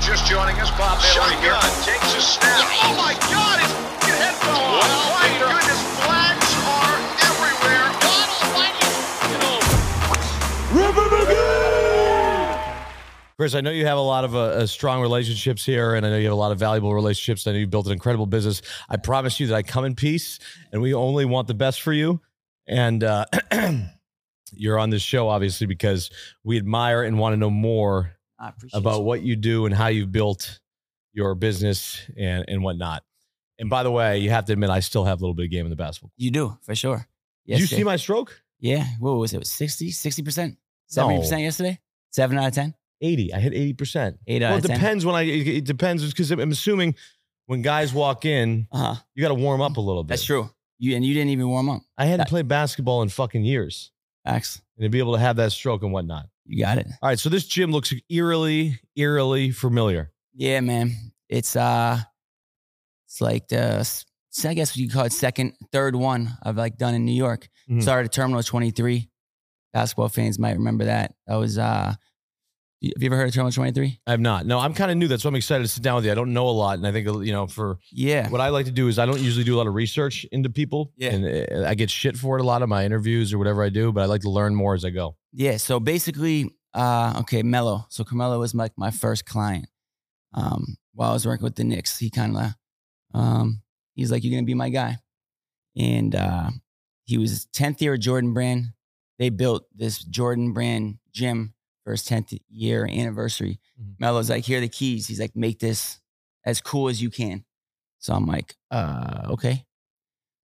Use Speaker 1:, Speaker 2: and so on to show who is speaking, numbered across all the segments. Speaker 1: joining us, Bob Miller here.
Speaker 2: Shotgun takes a snap. Oh my God! His f***ing head fell off.
Speaker 1: Well,
Speaker 2: my
Speaker 1: Peter.
Speaker 2: goodness, flags are everywhere. God Almighty!
Speaker 3: Chris, I know you have a lot of uh, uh, strong relationships here, and I know you have a lot of valuable relationships. I know you built an incredible business. I promise you that I come in peace, and we only want the best for you. And uh, you're on this show, obviously, because we admire and want to know more
Speaker 4: I appreciate
Speaker 3: about what you do and how you built your business and, and whatnot. And by the way, you have to admit, I still have a little bit of game in the basketball.
Speaker 4: you. You do for sure.
Speaker 3: Did you see
Speaker 4: Yesterday-
Speaker 3: my stroke?
Speaker 4: Yeah. What was it? 60, 60 percent, seventy
Speaker 3: No.
Speaker 4: percent yesterday. Seven out of ten.
Speaker 3: 80. I hit 80%.
Speaker 4: Eight out
Speaker 3: Well, it
Speaker 4: of ten.
Speaker 3: depends when I, it it depends because I'm assuming when guys walk in,
Speaker 4: Uh huh.
Speaker 3: you got to warm up a little bit.
Speaker 4: That's true. You and you didn't even warm up.
Speaker 3: I hadn't
Speaker 4: That-
Speaker 3: played basketball in fucking years.
Speaker 4: Ax,
Speaker 3: And to be able to have that stroke and whatnot.
Speaker 4: you got it.
Speaker 3: All right, so this gym looks eerily, eerily familiar.
Speaker 4: Yeah, man. It's uh, it's like the s- I guess you call it second, third one I've like done in New York.
Speaker 3: Mhm.
Speaker 4: Started at Terminal Twenty Three. Basketball fans might remember that. That was uh, y- have you ever heard of Terminal Twenty Three?
Speaker 3: I have not. No, I'm kind of new. That's why I'm excited to sit down with you. I don't know a lot, and I think uh, you know, for
Speaker 4: Yeah.
Speaker 3: what I like to do is I don't usually do a lot of research into people.
Speaker 4: Yeah.
Speaker 3: and uh, I get shit for it a lot of my interviews or whatever I do, but I like to learn more as I go.
Speaker 4: Yeah. So basically, uh, okay, Mello. So Carmelo was like my first client. Um, while I was working with the Knicks, he kind of, um, he's like, "You're gonna be my guy," and uh, he was 10th year at Jordan Brand. They built this Jordan Brand gym for his 10th year anniversary.
Speaker 3: Mhm.
Speaker 4: Mello's like, "Here are the keys." He's like, "Make this as cool as you can." So I'm like, uh, "Okay."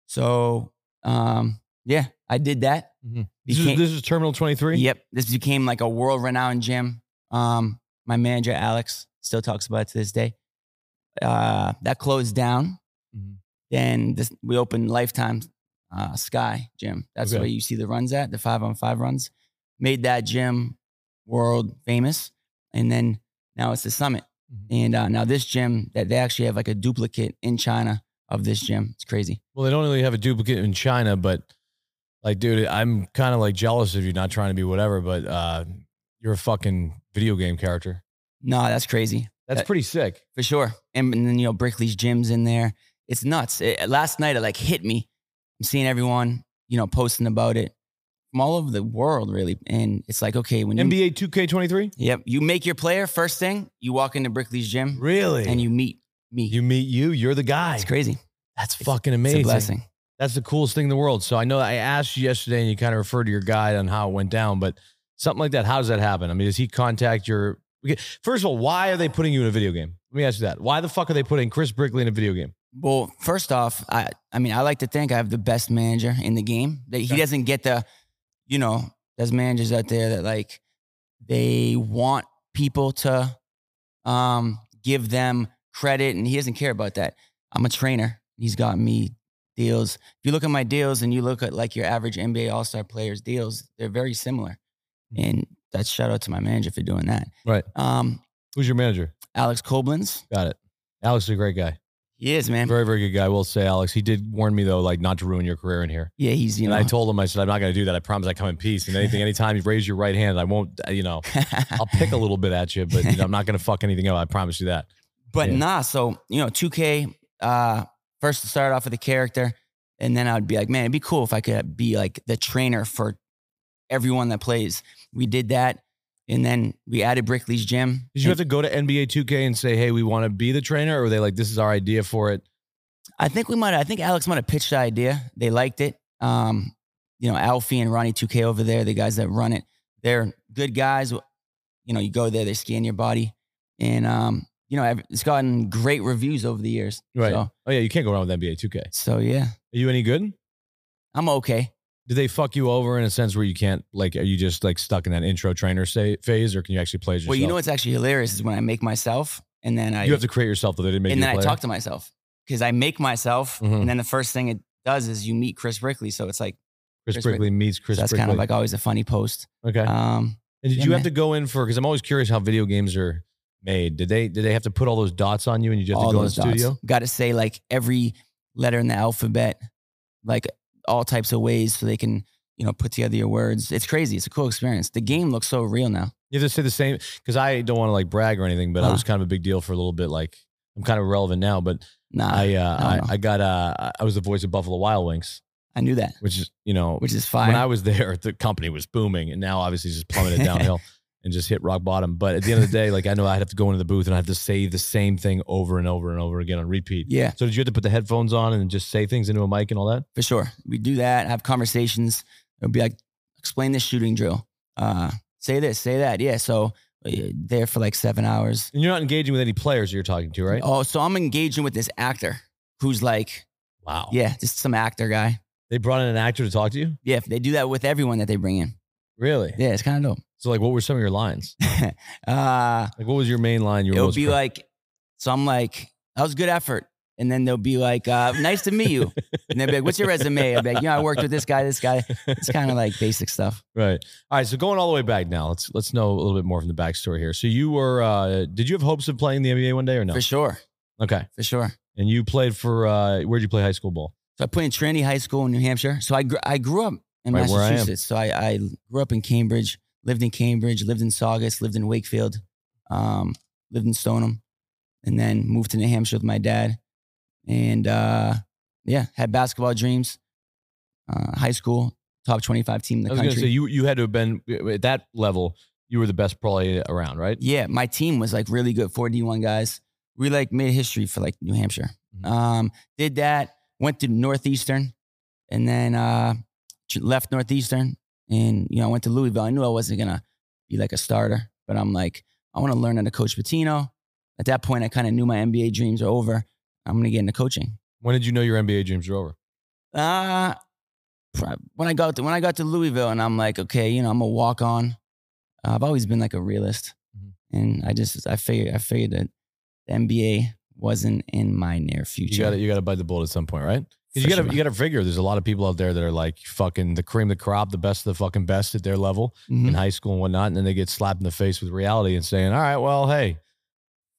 Speaker 4: So, um, yeah, I did that.
Speaker 3: Mhm. This is,
Speaker 4: Became-
Speaker 3: this is Terminal 23.
Speaker 4: Yep. This became like a world renowned gym. Um, my manager, Alex, still talks about it to this day. Uh, that closed down.
Speaker 3: Mhm.
Speaker 4: Then this, we opened Lifetime uh, Sky Gym. That's
Speaker 3: Okay.
Speaker 4: where you see the runs at, the five on five runs. Made that gym world famous. And then now it's the summit.
Speaker 3: Mhm.
Speaker 4: And uh, now this gym that they actually have like a duplicate in China of this gym. It's crazy.
Speaker 3: Well, they don't really have a duplicate in China, but like, dude, I'm kind of like jealous of you not trying to be whatever, but uh, you're a fucking video game character.
Speaker 4: No, that's crazy.
Speaker 3: That's
Speaker 4: That-
Speaker 3: pretty sick.
Speaker 4: for sure. And, and then you know Brickley's gym's in there. It's nuts. It- last night it like hit me. I'm seeing everyone you know posting about it from all over the world, really. And it's like okay, when you
Speaker 3: NBA 2K23?
Speaker 4: yep, you make your player first thing. You walk into Brickley's gym
Speaker 3: Really?
Speaker 4: and you meet me.
Speaker 3: you meet you, you're the guy.
Speaker 4: it's crazy.
Speaker 3: That's
Speaker 4: It's-
Speaker 3: fucking amazing.
Speaker 4: It's a blessing.
Speaker 3: That's the coolest thing in the world. So I know I asked you yesterday and you kind of referred to your guide on how it went down, but something like that, how does that happen? I mean, does he contact your okay, First of all, why are they putting you in a video game? Let me ask you that. Why the fuck are they putting Chris Brickley in a video game?
Speaker 4: Well, first off, I I mean I like to think I have the best manager in the game. That he
Speaker 3: Okay.
Speaker 4: doesn't get the, you know, there's managers out there that like they want people to um give them credit and he doesn't care about that. I'm a trainer. He's got me deals. If you look at my deals and you look at like your average NBA All-Star players deals, they're very similar.
Speaker 3: Mhm.
Speaker 4: And that's shout out to my manager for doing that.
Speaker 3: Right.
Speaker 4: Um
Speaker 3: Who's your manager?
Speaker 4: Alex Koblenz.
Speaker 3: Got it. Alex is a great guy.
Speaker 4: He is, man.
Speaker 3: Very, very good guy. I will say, Alex. He did warn me though, like not to ruin your career in here.
Speaker 4: Yeah, he's you
Speaker 3: And
Speaker 4: know
Speaker 3: I told him, I said, I'm not going to do that. I promise I come in peace. And anything, anytime you raise your right hand, I won't, uh, you know, I'll pick a little bit at you, but you know, I'm not going to fuck anything up. I promise you that.
Speaker 4: But
Speaker 3: Yeah.
Speaker 4: nah, so you know, 2K. Uh, first to start off with a character, and then I'd be like, man, it'd be cool if I could be like the trainer for everyone that plays. We did that, and then we added Brickley's gym.
Speaker 3: Did you have to go to NBA 2K and say, hey, we want to be the trainer? Or were they like, this is our idea for it?
Speaker 4: I think we might. I think Alex might have pitched the idea. They liked it. Um, you know, Alfie and Ronnie 2K over there, the guys that run it, they're good guys. You know, you go there, they scan your body, and um, you know, ev- it's gotten great reviews over the years. So,
Speaker 3: oh, yeah. You can't go wrong with NBA 2K. Are
Speaker 4: so yeah,
Speaker 3: you any good?
Speaker 4: I'm okay.
Speaker 3: Do they fuck you over in a sense where you can't, like, are you just like stuck in that intro trainer say, phase or can you actually play as yourself?
Speaker 4: Well, you know what's actually hilarious is when I make myself and then I
Speaker 3: You have to create yourself, though. They didn't make
Speaker 4: and
Speaker 3: you a
Speaker 4: then I
Speaker 3: player.
Speaker 4: talk to myself because I make myself
Speaker 3: Mhm.
Speaker 4: and then the first thing it doys is you meet Chris Brickley, so it's like
Speaker 3: Chris
Speaker 4: Chris
Speaker 3: Brickley meets Chris
Speaker 4: so that's
Speaker 3: Brickley.
Speaker 4: kind of like always a funny post.
Speaker 3: okay.
Speaker 4: Um,
Speaker 3: And did
Speaker 4: Yeah,
Speaker 3: you have
Speaker 4: man.
Speaker 3: to go in for? Because I'm always curious how video games are made. Did they did they have to put all those dots on you and you just have
Speaker 4: all
Speaker 3: to go in the
Speaker 4: those dots.
Speaker 3: studio?
Speaker 4: Got to say like every letter in the alphabet, like all types of ways so they can you know put together your words. It's crazy. It's a cool experience. The game looks so real now.
Speaker 3: You have to say the same because I don't want to like brag or anything, but I
Speaker 4: Uh-huh.
Speaker 3: was kind of a big deal for a little bit. Like I'm kind of relevant now, but
Speaker 4: Nah, I,
Speaker 3: I, uh,
Speaker 4: no,
Speaker 3: I
Speaker 4: no.
Speaker 3: I got uh I was the voice of Buffalo Wild Wings,
Speaker 4: knew that,
Speaker 3: which is you know
Speaker 4: which is
Speaker 3: when
Speaker 4: fine.
Speaker 3: I was there, the company was booming, and now obviously it's just plummeted downhill and just hit rock bottom. But at the end of the day, like I know I'd have to go into the booth and I have to say the same thing over and over and over again on repeat.
Speaker 4: yeah,
Speaker 3: So did you have to put the headphones on and just say things into a mic and all that?
Speaker 4: for sure. We do that. Have conversations. It'll be like, explain this shooting drill. Uh, say this, say that. Yeah. So uh, there for like seven hours.
Speaker 3: And you're not engaging with any players you're talking to, right?
Speaker 4: Oh, so I'm engaging with this actor who's like,
Speaker 3: Wow.
Speaker 4: yeah, just some actor guy.
Speaker 3: They brought in an actor to talk to you?
Speaker 4: Yeah, they do that with everyone that they bring in.
Speaker 3: Really?
Speaker 4: Yeah, it's kind of
Speaker 3: So like what were some of your lines?
Speaker 4: dope. uh,
Speaker 3: Like what was your main line you were
Speaker 4: it'll
Speaker 3: most
Speaker 4: be
Speaker 3: proud-
Speaker 4: like, so I'm like, that was good effort. And then they'll be like, uh, nice to meet you. And they'll be like, what's your resume? I'll be like, you know, I worked with this guy, this guy. It's kind of like basic stuff.
Speaker 3: Right. All right. So going all the way back now, let's let's know a little bit more from the backstory here. So you were uh did you have hopes of playing the NBA one day or no?
Speaker 4: For sure.
Speaker 3: Okay.
Speaker 4: For sure.
Speaker 3: And you played for uh where'd you play high school ball?
Speaker 4: So I played in Trinity High School in New Hampshire. So I, gr- I grew up in
Speaker 3: Right where I am.
Speaker 4: Massachusetts. So I, I grew up in Cambridge, lived in Cambridge, lived in Saugus, lived in Wakefield, um, lived in Stoneham, and then moved to New Hampshire with my dad. And uh, yeah, had basketball dreams. Uh, high school, top 25 team in the
Speaker 3: I was
Speaker 4: country.
Speaker 3: gonna say you you had to have been at that level, you were the best probably around, right?
Speaker 4: Yeah, my team was like really good, four D one guys. We like made history for like New Hampshire.
Speaker 3: Mhm.
Speaker 4: Um, did that, went to Northeastern, and then uh, tr- left Northeastern, and you know I went to Louisville. I knew I wasn't gonna be like a starter, but I'm like I want to learn under Coach Patino. At that point, I kind of knew my NBA dreams are over. I'm gonna get into coaching.
Speaker 3: When did you know your NBA dreams were over?
Speaker 4: Uh, prob- when I got to, when I got to Louisville, and I'm like, okay, you know, I'm a walk on. Uh, I've always been like a realist,
Speaker 3: Mhm.
Speaker 4: and I just I figured I figured that the NBA wasn't in my near future.
Speaker 3: You got to you got to bite the bullet at some point, right? 'Cause
Speaker 4: For
Speaker 3: You got to
Speaker 4: sure.
Speaker 3: you got to figure. There's a lot of people out there that are like fucking the cream of the crop, the best of the fucking best at their level
Speaker 4: Mhm.
Speaker 3: in high school and whatnot, and then they get slapped in the face with reality and saying, "All right, well, hey,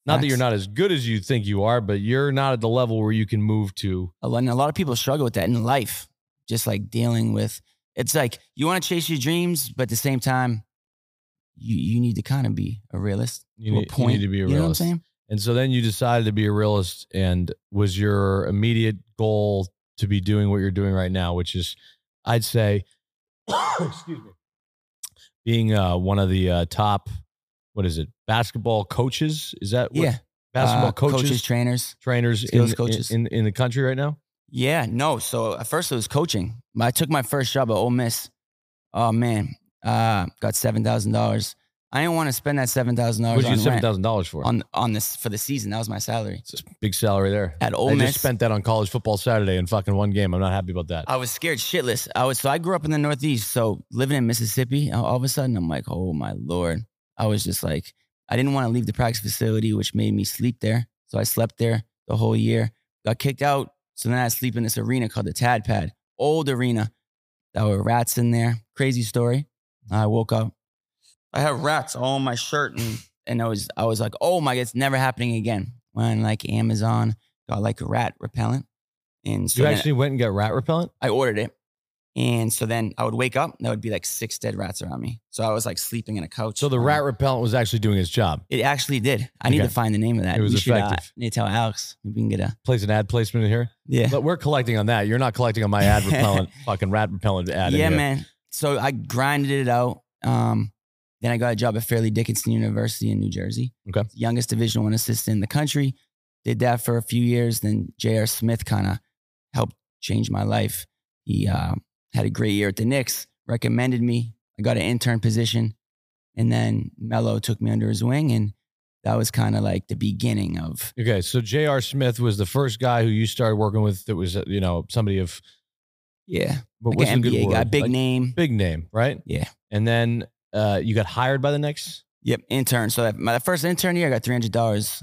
Speaker 3: not that
Speaker 4: Facts.
Speaker 3: you're not as good as you think you are, but you're not at the level where you can move to."
Speaker 4: a lot, and a lot of people struggle with that in life, just like dealing with. It's like you want to chase your dreams, but at the same time, you you need to kind of be a realist
Speaker 3: You
Speaker 4: to
Speaker 3: need,
Speaker 4: a
Speaker 3: you
Speaker 4: point.
Speaker 3: need to be
Speaker 4: You
Speaker 3: a
Speaker 4: know what I'm
Speaker 3: realist.
Speaker 4: saying?
Speaker 3: And so then you decided to be a realist. And was your immediate goal to be doing what you're doing right now, which is, I'd say, excuse me, being uh, one of the uh, top, what is it, basketball coaches? Is that what,
Speaker 4: Yeah,
Speaker 3: basketball
Speaker 4: Uh,
Speaker 3: coaches,
Speaker 4: coaches, trainers.
Speaker 3: trainers,
Speaker 4: skills
Speaker 3: in,
Speaker 4: coaches.
Speaker 3: in in the country right now?
Speaker 4: Yeah, no. So at first it was coaching. I took my first job at Ole Miss. Oh man, uh, got seven thousand dollars. I didn't want to spend that seven thousand
Speaker 3: What
Speaker 4: dollars
Speaker 3: did you
Speaker 4: on
Speaker 3: get seven
Speaker 4: rent
Speaker 3: thousand dollars for?
Speaker 4: on on this for the season. That was my salary
Speaker 3: It's a big salary there.
Speaker 4: at Ole
Speaker 3: I
Speaker 4: Miss.
Speaker 3: just spent that on college football Saturday in fucking one game. I'm not happy about that.
Speaker 4: I was scared shitless. I was so I grew up in the Northeast, so living in Mississippi. All all of a sudden, I'm like, oh my lord. I was just like, I didn't want to leave the practice facility, which made me sleep there. So I slept there the whole year. Got kicked out, so then I sleep in this arena called the Tad Pad, old arena. There were rats in there. Crazy story. I woke up. I had rats all on my shirt, and and I was I was like, oh my, it's never happening again. When like Amazon got like rat repellent, and so
Speaker 3: you
Speaker 4: then-
Speaker 3: actually went and got rat repellent.
Speaker 4: I ordered it. And so then I would wake up, and there would be like six dead rats around me. So I was like sleeping in a couch.
Speaker 3: So the
Speaker 4: Um,
Speaker 3: rat repellent was actually doing its job.
Speaker 4: It actually did. I need
Speaker 3: Okay.
Speaker 4: to find the name of that.
Speaker 3: It was
Speaker 4: we Should, uh,
Speaker 3: effective.
Speaker 4: need to tell Alex. Maybe we can get a
Speaker 3: Plays an ad placement in here.
Speaker 4: yeah.
Speaker 3: But we're collecting on that. You're not collecting on my ad repellent, fucking rat repellent ad. in
Speaker 4: yeah,
Speaker 3: here.
Speaker 4: man. So I grinded it out. Um, then I got a job at Fairleigh Dickinson University in New Jersey.
Speaker 3: Okay.
Speaker 4: Youngest Division One assistant in the country. Did that for a few years. Then J.R. Smith kind of helped change my life. He uh, had a great year at the Knicks. Recommended me. I got an intern position, and then Mello took me under his wing, and that was kind of like the beginning of
Speaker 3: Okay, so J.R. Smith was the first guy who you started working with that was, uh, you know, somebody of
Speaker 4: yeah,
Speaker 3: but
Speaker 4: like
Speaker 3: what's
Speaker 4: an
Speaker 3: a good
Speaker 4: NBA guy,
Speaker 3: word?
Speaker 4: big
Speaker 3: Like,
Speaker 4: name.
Speaker 3: big name, right?
Speaker 4: Yeah.
Speaker 3: And then uh, you got hired by the Knicks.
Speaker 4: Yep, intern. So that, my that first intern year, I got three hundred dollars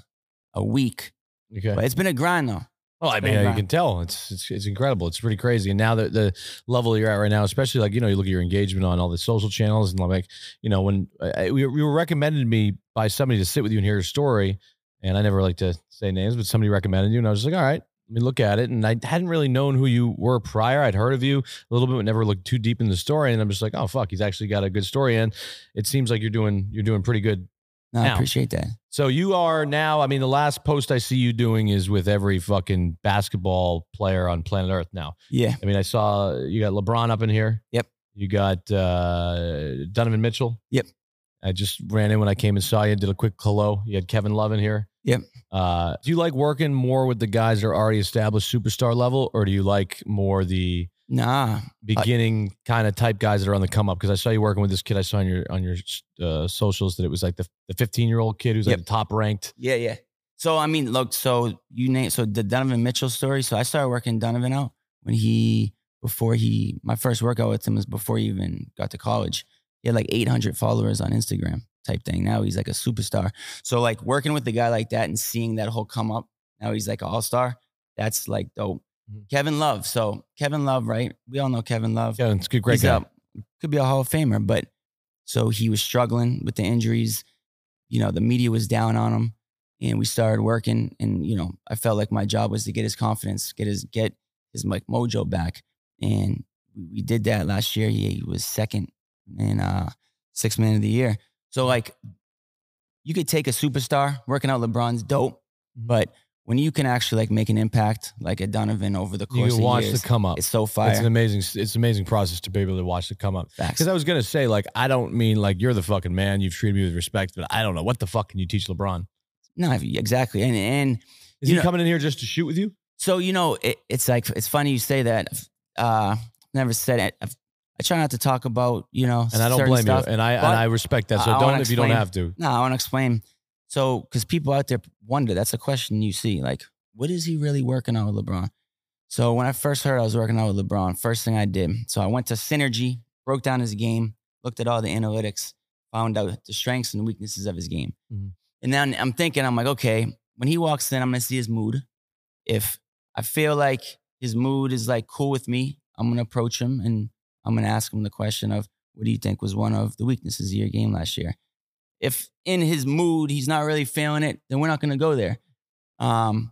Speaker 4: a week.
Speaker 3: Okay.
Speaker 4: But it's been a grind though.
Speaker 3: Well, I mean, uh,
Speaker 4: Big
Speaker 3: you
Speaker 4: guy.
Speaker 3: can tell it's, it's it's incredible. It's pretty crazy. And now that the level you're at right now, especially like you know, you look at your engagement on all the social channels, and like you know, when uh, I, we we were recommended me by somebody to sit with you and hear your story, and I never like to say names, but somebody recommended you, and I was just like, all right, Let me look at it. And I hadn't really known who you were prior. I'd heard of you a little bit, but never looked too deep in the story. And I'm just like, oh fuck, he's actually got a good story. And it seems like you're doing you're doing pretty good.
Speaker 4: No, I
Speaker 3: Now.
Speaker 4: appreciate that.
Speaker 3: So you are now, I mean, the last post I see you doing is with every fucking basketball player on planet Earth now.
Speaker 4: Yeah.
Speaker 3: I mean, I saw you got LeBron up in here.
Speaker 4: Yep.
Speaker 3: You got uh, Donovan Mitchell.
Speaker 4: Yep.
Speaker 3: I just ran in when I came and saw you, did a quick hello. You had Kevin Love in here.
Speaker 4: Yep.
Speaker 3: Uh, do you like working more with the guys that are already established superstar level, or do you like more the
Speaker 4: Nah.
Speaker 3: beginning kind of type guys that are on the come up? Because I saw you working with this kid. I saw on your on your uh, socials that it was like the the 15 year old kid who's
Speaker 4: Yep.
Speaker 3: like the top ranked.
Speaker 4: Yeah, yeah. So I mean, look, so you name so the Donovan Mitchell story. So I started working Donovan out when he before he my first workout with him was before he even got to college. He had like 800 followers on Instagram type thing. Now he's like a superstar. So like working with a guy like that and seeing that whole come up. Now he's like an all star. That's like dope.
Speaker 3: Mhm.
Speaker 4: Kevin Love. So Kevin Love, right? We all know Kevin Love
Speaker 3: Yeah, it's a good, great
Speaker 4: he's
Speaker 3: guy.
Speaker 4: a- could be a Hall of Famer, but so he was struggling with the injuries. You know, the media was down on him, and we started working. And you know, I felt like my job was to get his confidence, get his get his like mojo back, and we we did that last year. He, he was second in uh sixth man of the year. So like, you could take a superstar working out LeBron's dope,
Speaker 3: Mm-hmm.
Speaker 4: but when you can actually like make an impact, like a Donovan over the
Speaker 3: You
Speaker 4: course
Speaker 3: can
Speaker 4: of
Speaker 3: watch
Speaker 4: years,
Speaker 3: the come up.
Speaker 4: it's so fire.
Speaker 3: It's an amazing it's an amazing process to be able to watch the come up.
Speaker 4: Facts.
Speaker 3: Because I was gonna say, like, I don't mean like you're the fucking man. You've treated me with respect, but I don't know what the fuck can you teach LeBron?
Speaker 4: No, exactly. And and
Speaker 3: Is
Speaker 4: You
Speaker 3: he
Speaker 4: know-
Speaker 3: coming in here just to shoot with you?
Speaker 4: so you know, it, it's like it's funny you say that. Uh, never said it. I've- I try not to talk about you know,
Speaker 3: And I don't
Speaker 4: certain
Speaker 3: blame
Speaker 4: stuff.
Speaker 3: you, and I and
Speaker 4: but
Speaker 3: I respect that. So
Speaker 4: I- I wanna
Speaker 3: don't if you don't
Speaker 4: explain-
Speaker 3: have to.
Speaker 4: No, I want to explain. So, because people out there wonder, that's a question you see. Like, what is he really working on with LeBron? So, when I first heard I was working out with LeBron, first thing I did, so I went to Synergy, broke down his game, looked at all the analytics, found out the strengths and weaknesses of his game.
Speaker 3: Mhm.
Speaker 4: And then I'm thinking, I'm like, okay, when he walks in, I'm going to see his mood. If I feel like his mood is like cool with me, I'm going to approach him and I'm going to ask him the question of, what do you think was one of the weaknesses of your game last year? if in his mood he's not really feeling it, then we're not going to go there. Um,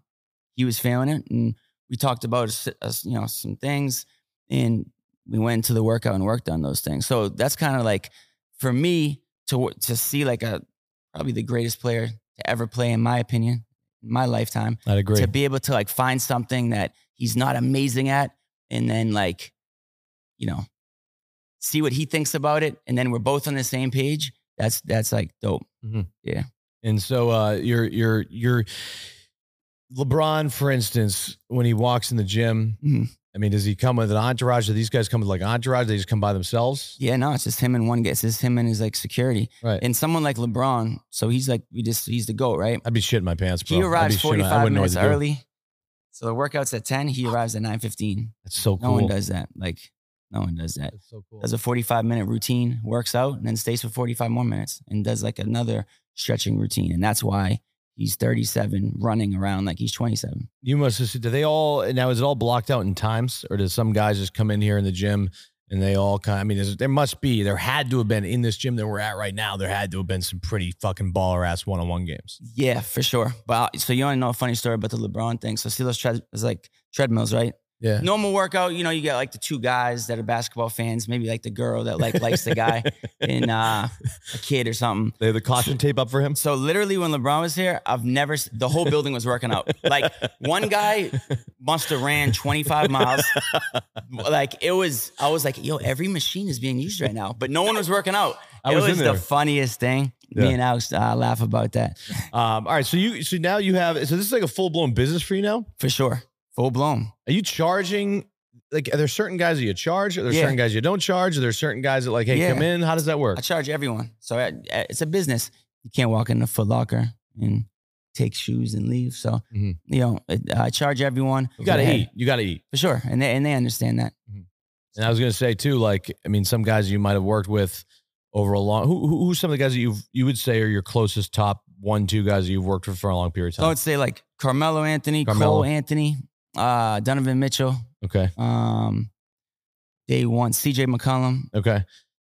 Speaker 4: he was feeling it, and we talked about s- us, you know some things, and we went into the workout and worked on those things. So that's kind of like for me to w- to see like a probably the greatest player to ever play in my opinion, in my lifetime
Speaker 3: I'd agree.
Speaker 4: to be able to like find something that he's not amazing at and then like you know see what he thinks about it and then we're both on the same page that's that's like dope
Speaker 3: And so uh, you're you're you're LeBron, for instance, when he walks in the gym,
Speaker 4: Mhm.
Speaker 3: I mean, does he come with an entourage? Do these guys come with like an entourage? They just come by themselves?
Speaker 4: yeah no it's just him and one guy it's just him and his like security
Speaker 3: Right.
Speaker 4: and someone like lebron so he's like we just he's the goat right
Speaker 3: I'd be shitting my pants, bro.
Speaker 4: he
Speaker 3: I'd
Speaker 4: arrives
Speaker 3: be shitting- I
Speaker 4: 45
Speaker 3: wouldn't know what
Speaker 4: minutes
Speaker 3: to do.
Speaker 4: early so the workout's at 10 he arrives at 9.15
Speaker 3: That's so cool.
Speaker 4: no one does that like no one does that
Speaker 3: That's so cool.
Speaker 4: does a 45 minute routine, works out, and then stays for 45 more minutes and does like another stretching routine. And that's why he's 37 running around like he's 27.
Speaker 3: You must have. Do they all now? Is it all blocked out in times, or does some guys just come in here in the gym and they all kind? I mean, is, there must be. There had to have been in this gym that we're at right now. There had to have been some pretty fucking baller ass one on one games.
Speaker 4: Yeah, for sure. But so you want to know a funny story about the LeBron thing. So see those tread- it's like treadmills, right?
Speaker 3: Yeah,
Speaker 4: Normal workout, you know, you got like the two guys that are basketball fans, maybe like the girl that like likes the guy and uh, a kid or something.
Speaker 3: they have the caution tape up for him.
Speaker 4: So literally when LeBron was here, I've never, s- the whole building was working out. Like one guy must have ran 25 miles. like it was, I was like, yo, every machine is being used right now, but no one was working out.
Speaker 3: I
Speaker 4: it
Speaker 3: was
Speaker 4: was,
Speaker 3: in
Speaker 4: the
Speaker 3: there.
Speaker 4: funniest thing.
Speaker 3: Yeah.
Speaker 4: Me and Alex uh, laugh about that
Speaker 3: Um, all right, so you so now you have so this is like a full blown business for you now.
Speaker 4: for sure. Full blown.
Speaker 3: Are you charging? Like, are there certain guys that you charge? Are there
Speaker 4: Yeah.
Speaker 3: certain guys you don't charge? Are there certain guys that like, hey,
Speaker 4: Yeah.
Speaker 3: come in? How does that work?
Speaker 4: I charge everyone. So I, I- it's a business. You can't walk in a Foot Locker and take shoes and leave. So,
Speaker 3: Mhm.
Speaker 4: you know, it- I charge everyone.
Speaker 3: You gotta
Speaker 4: Hey,
Speaker 3: eat. You gotta eat.
Speaker 4: For sure. And they, and they understand that.
Speaker 3: And I was gonna say too, like I mean, some guys you might have worked with over a long. Who, who who's some of the guys that you you would say are your closest top one two guys that you've worked with for a long period of
Speaker 4: So I
Speaker 3: time?
Speaker 4: would say like Carmelo Anthony,
Speaker 3: Carmelo.
Speaker 4: Cole Anthony, uh, Donovan Mitchell,
Speaker 3: okay,
Speaker 4: um, day one, CJ McCollum.
Speaker 3: okay.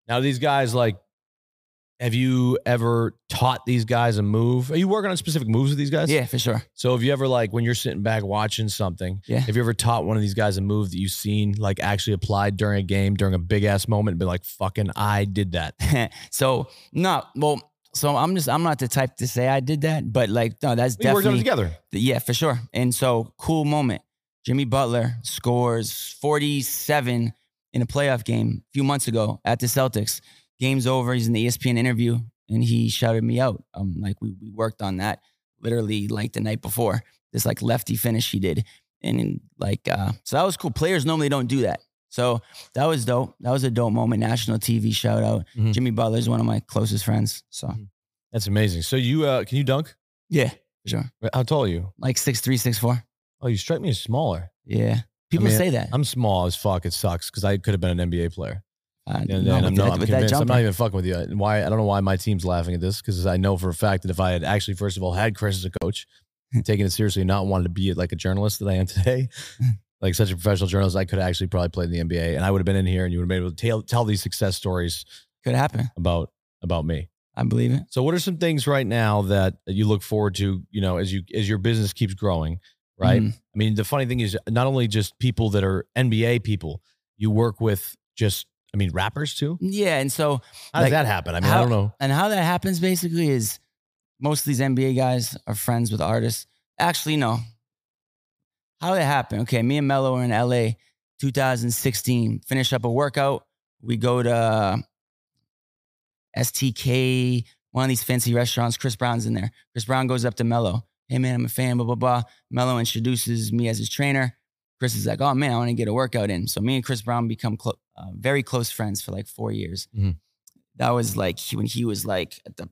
Speaker 3: Now these guys like Have you ever taught these guys a move? Are you working on specific moves with these guys?
Speaker 4: Yeah, for sure.
Speaker 3: So have you ever like when you're sitting back watching something,
Speaker 4: Yeah.
Speaker 3: have you ever taught one of these guys a move that you've seen like actually applied during a game, during a big ass moment, and been like, fucking I did that.
Speaker 4: so no, well, so I'm just I'm not the type to say I did that, but like no, that's
Speaker 3: We worked on it
Speaker 4: definitely
Speaker 3: together.
Speaker 4: yeah for sure. And so cool moment. Jimmy Butler scores 47 in a playoff game a few months ago at the Celtics. Game's over. He's in the E ESPN interview, and he shouted me out. Um, like we we worked on that literally like the night before. This like lefty finish he did, and, and like uh, so that was cool. Players normally don't do that, so that was dope. That was a dope moment. National TV shout out.
Speaker 3: Mhm.
Speaker 4: Jimmy Butler is one of my closest friends. So
Speaker 3: Mm-hmm. That's amazing. So you uh can you dunk?
Speaker 4: yeah, for sure.
Speaker 3: How tall are you?
Speaker 4: Like six three, six four.
Speaker 3: Oh, you strike me as smaller.
Speaker 4: Yeah, people
Speaker 3: mean,
Speaker 4: say that.
Speaker 3: I'm small as fuck. It sucks because I could have been an NBA player.
Speaker 4: Uh,
Speaker 3: And,
Speaker 4: no,
Speaker 3: and
Speaker 4: with
Speaker 3: I'm
Speaker 4: that-
Speaker 3: not. I'm
Speaker 4: with that
Speaker 3: convinced. I'm
Speaker 4: jumper.
Speaker 3: not even fucking with you. And Why? I don't know why my team's laughing at this because I know for a fact that if I had actually, first of all, had Chris as a coach, taken it seriously, and not wanted to be like a journalist that I am today, like such a professional journalist, I could have actually probably played in the NBA, and I would have been in here, and you would have been able to tell, tell these success stories
Speaker 4: Could happen.
Speaker 3: about about me.
Speaker 4: I believe it.
Speaker 3: So, what are some things right now that you look forward to? You know, as you as your business keeps growing, right?
Speaker 4: Mm.
Speaker 3: I mean, the funny thing is not only just people that are NBA people, you work with just, I mean, rappers too.
Speaker 4: Yeah, and so
Speaker 3: How
Speaker 4: Like,
Speaker 3: does that happen? I mean, I
Speaker 4: how-
Speaker 3: don't know.
Speaker 4: and how that happens basically is most of these NBA guys are friends with artists. Actually, no. How it happened? Okay, me and Mello were in LA, 2016. Finish up a workout. We go to uh, STK, one of these fancy restaurants. Chris Brown's in there. Chris Brown goes up to Mello. Hey man, I'm a fan. Blah blah blah. Mello introduces me as his trainer. Chris is like, oh man, I want to get a workout in. So me and Chris Brown become clo- uh, very close friends for like four years.
Speaker 3: Mhm.
Speaker 4: That was like he- when he was like at the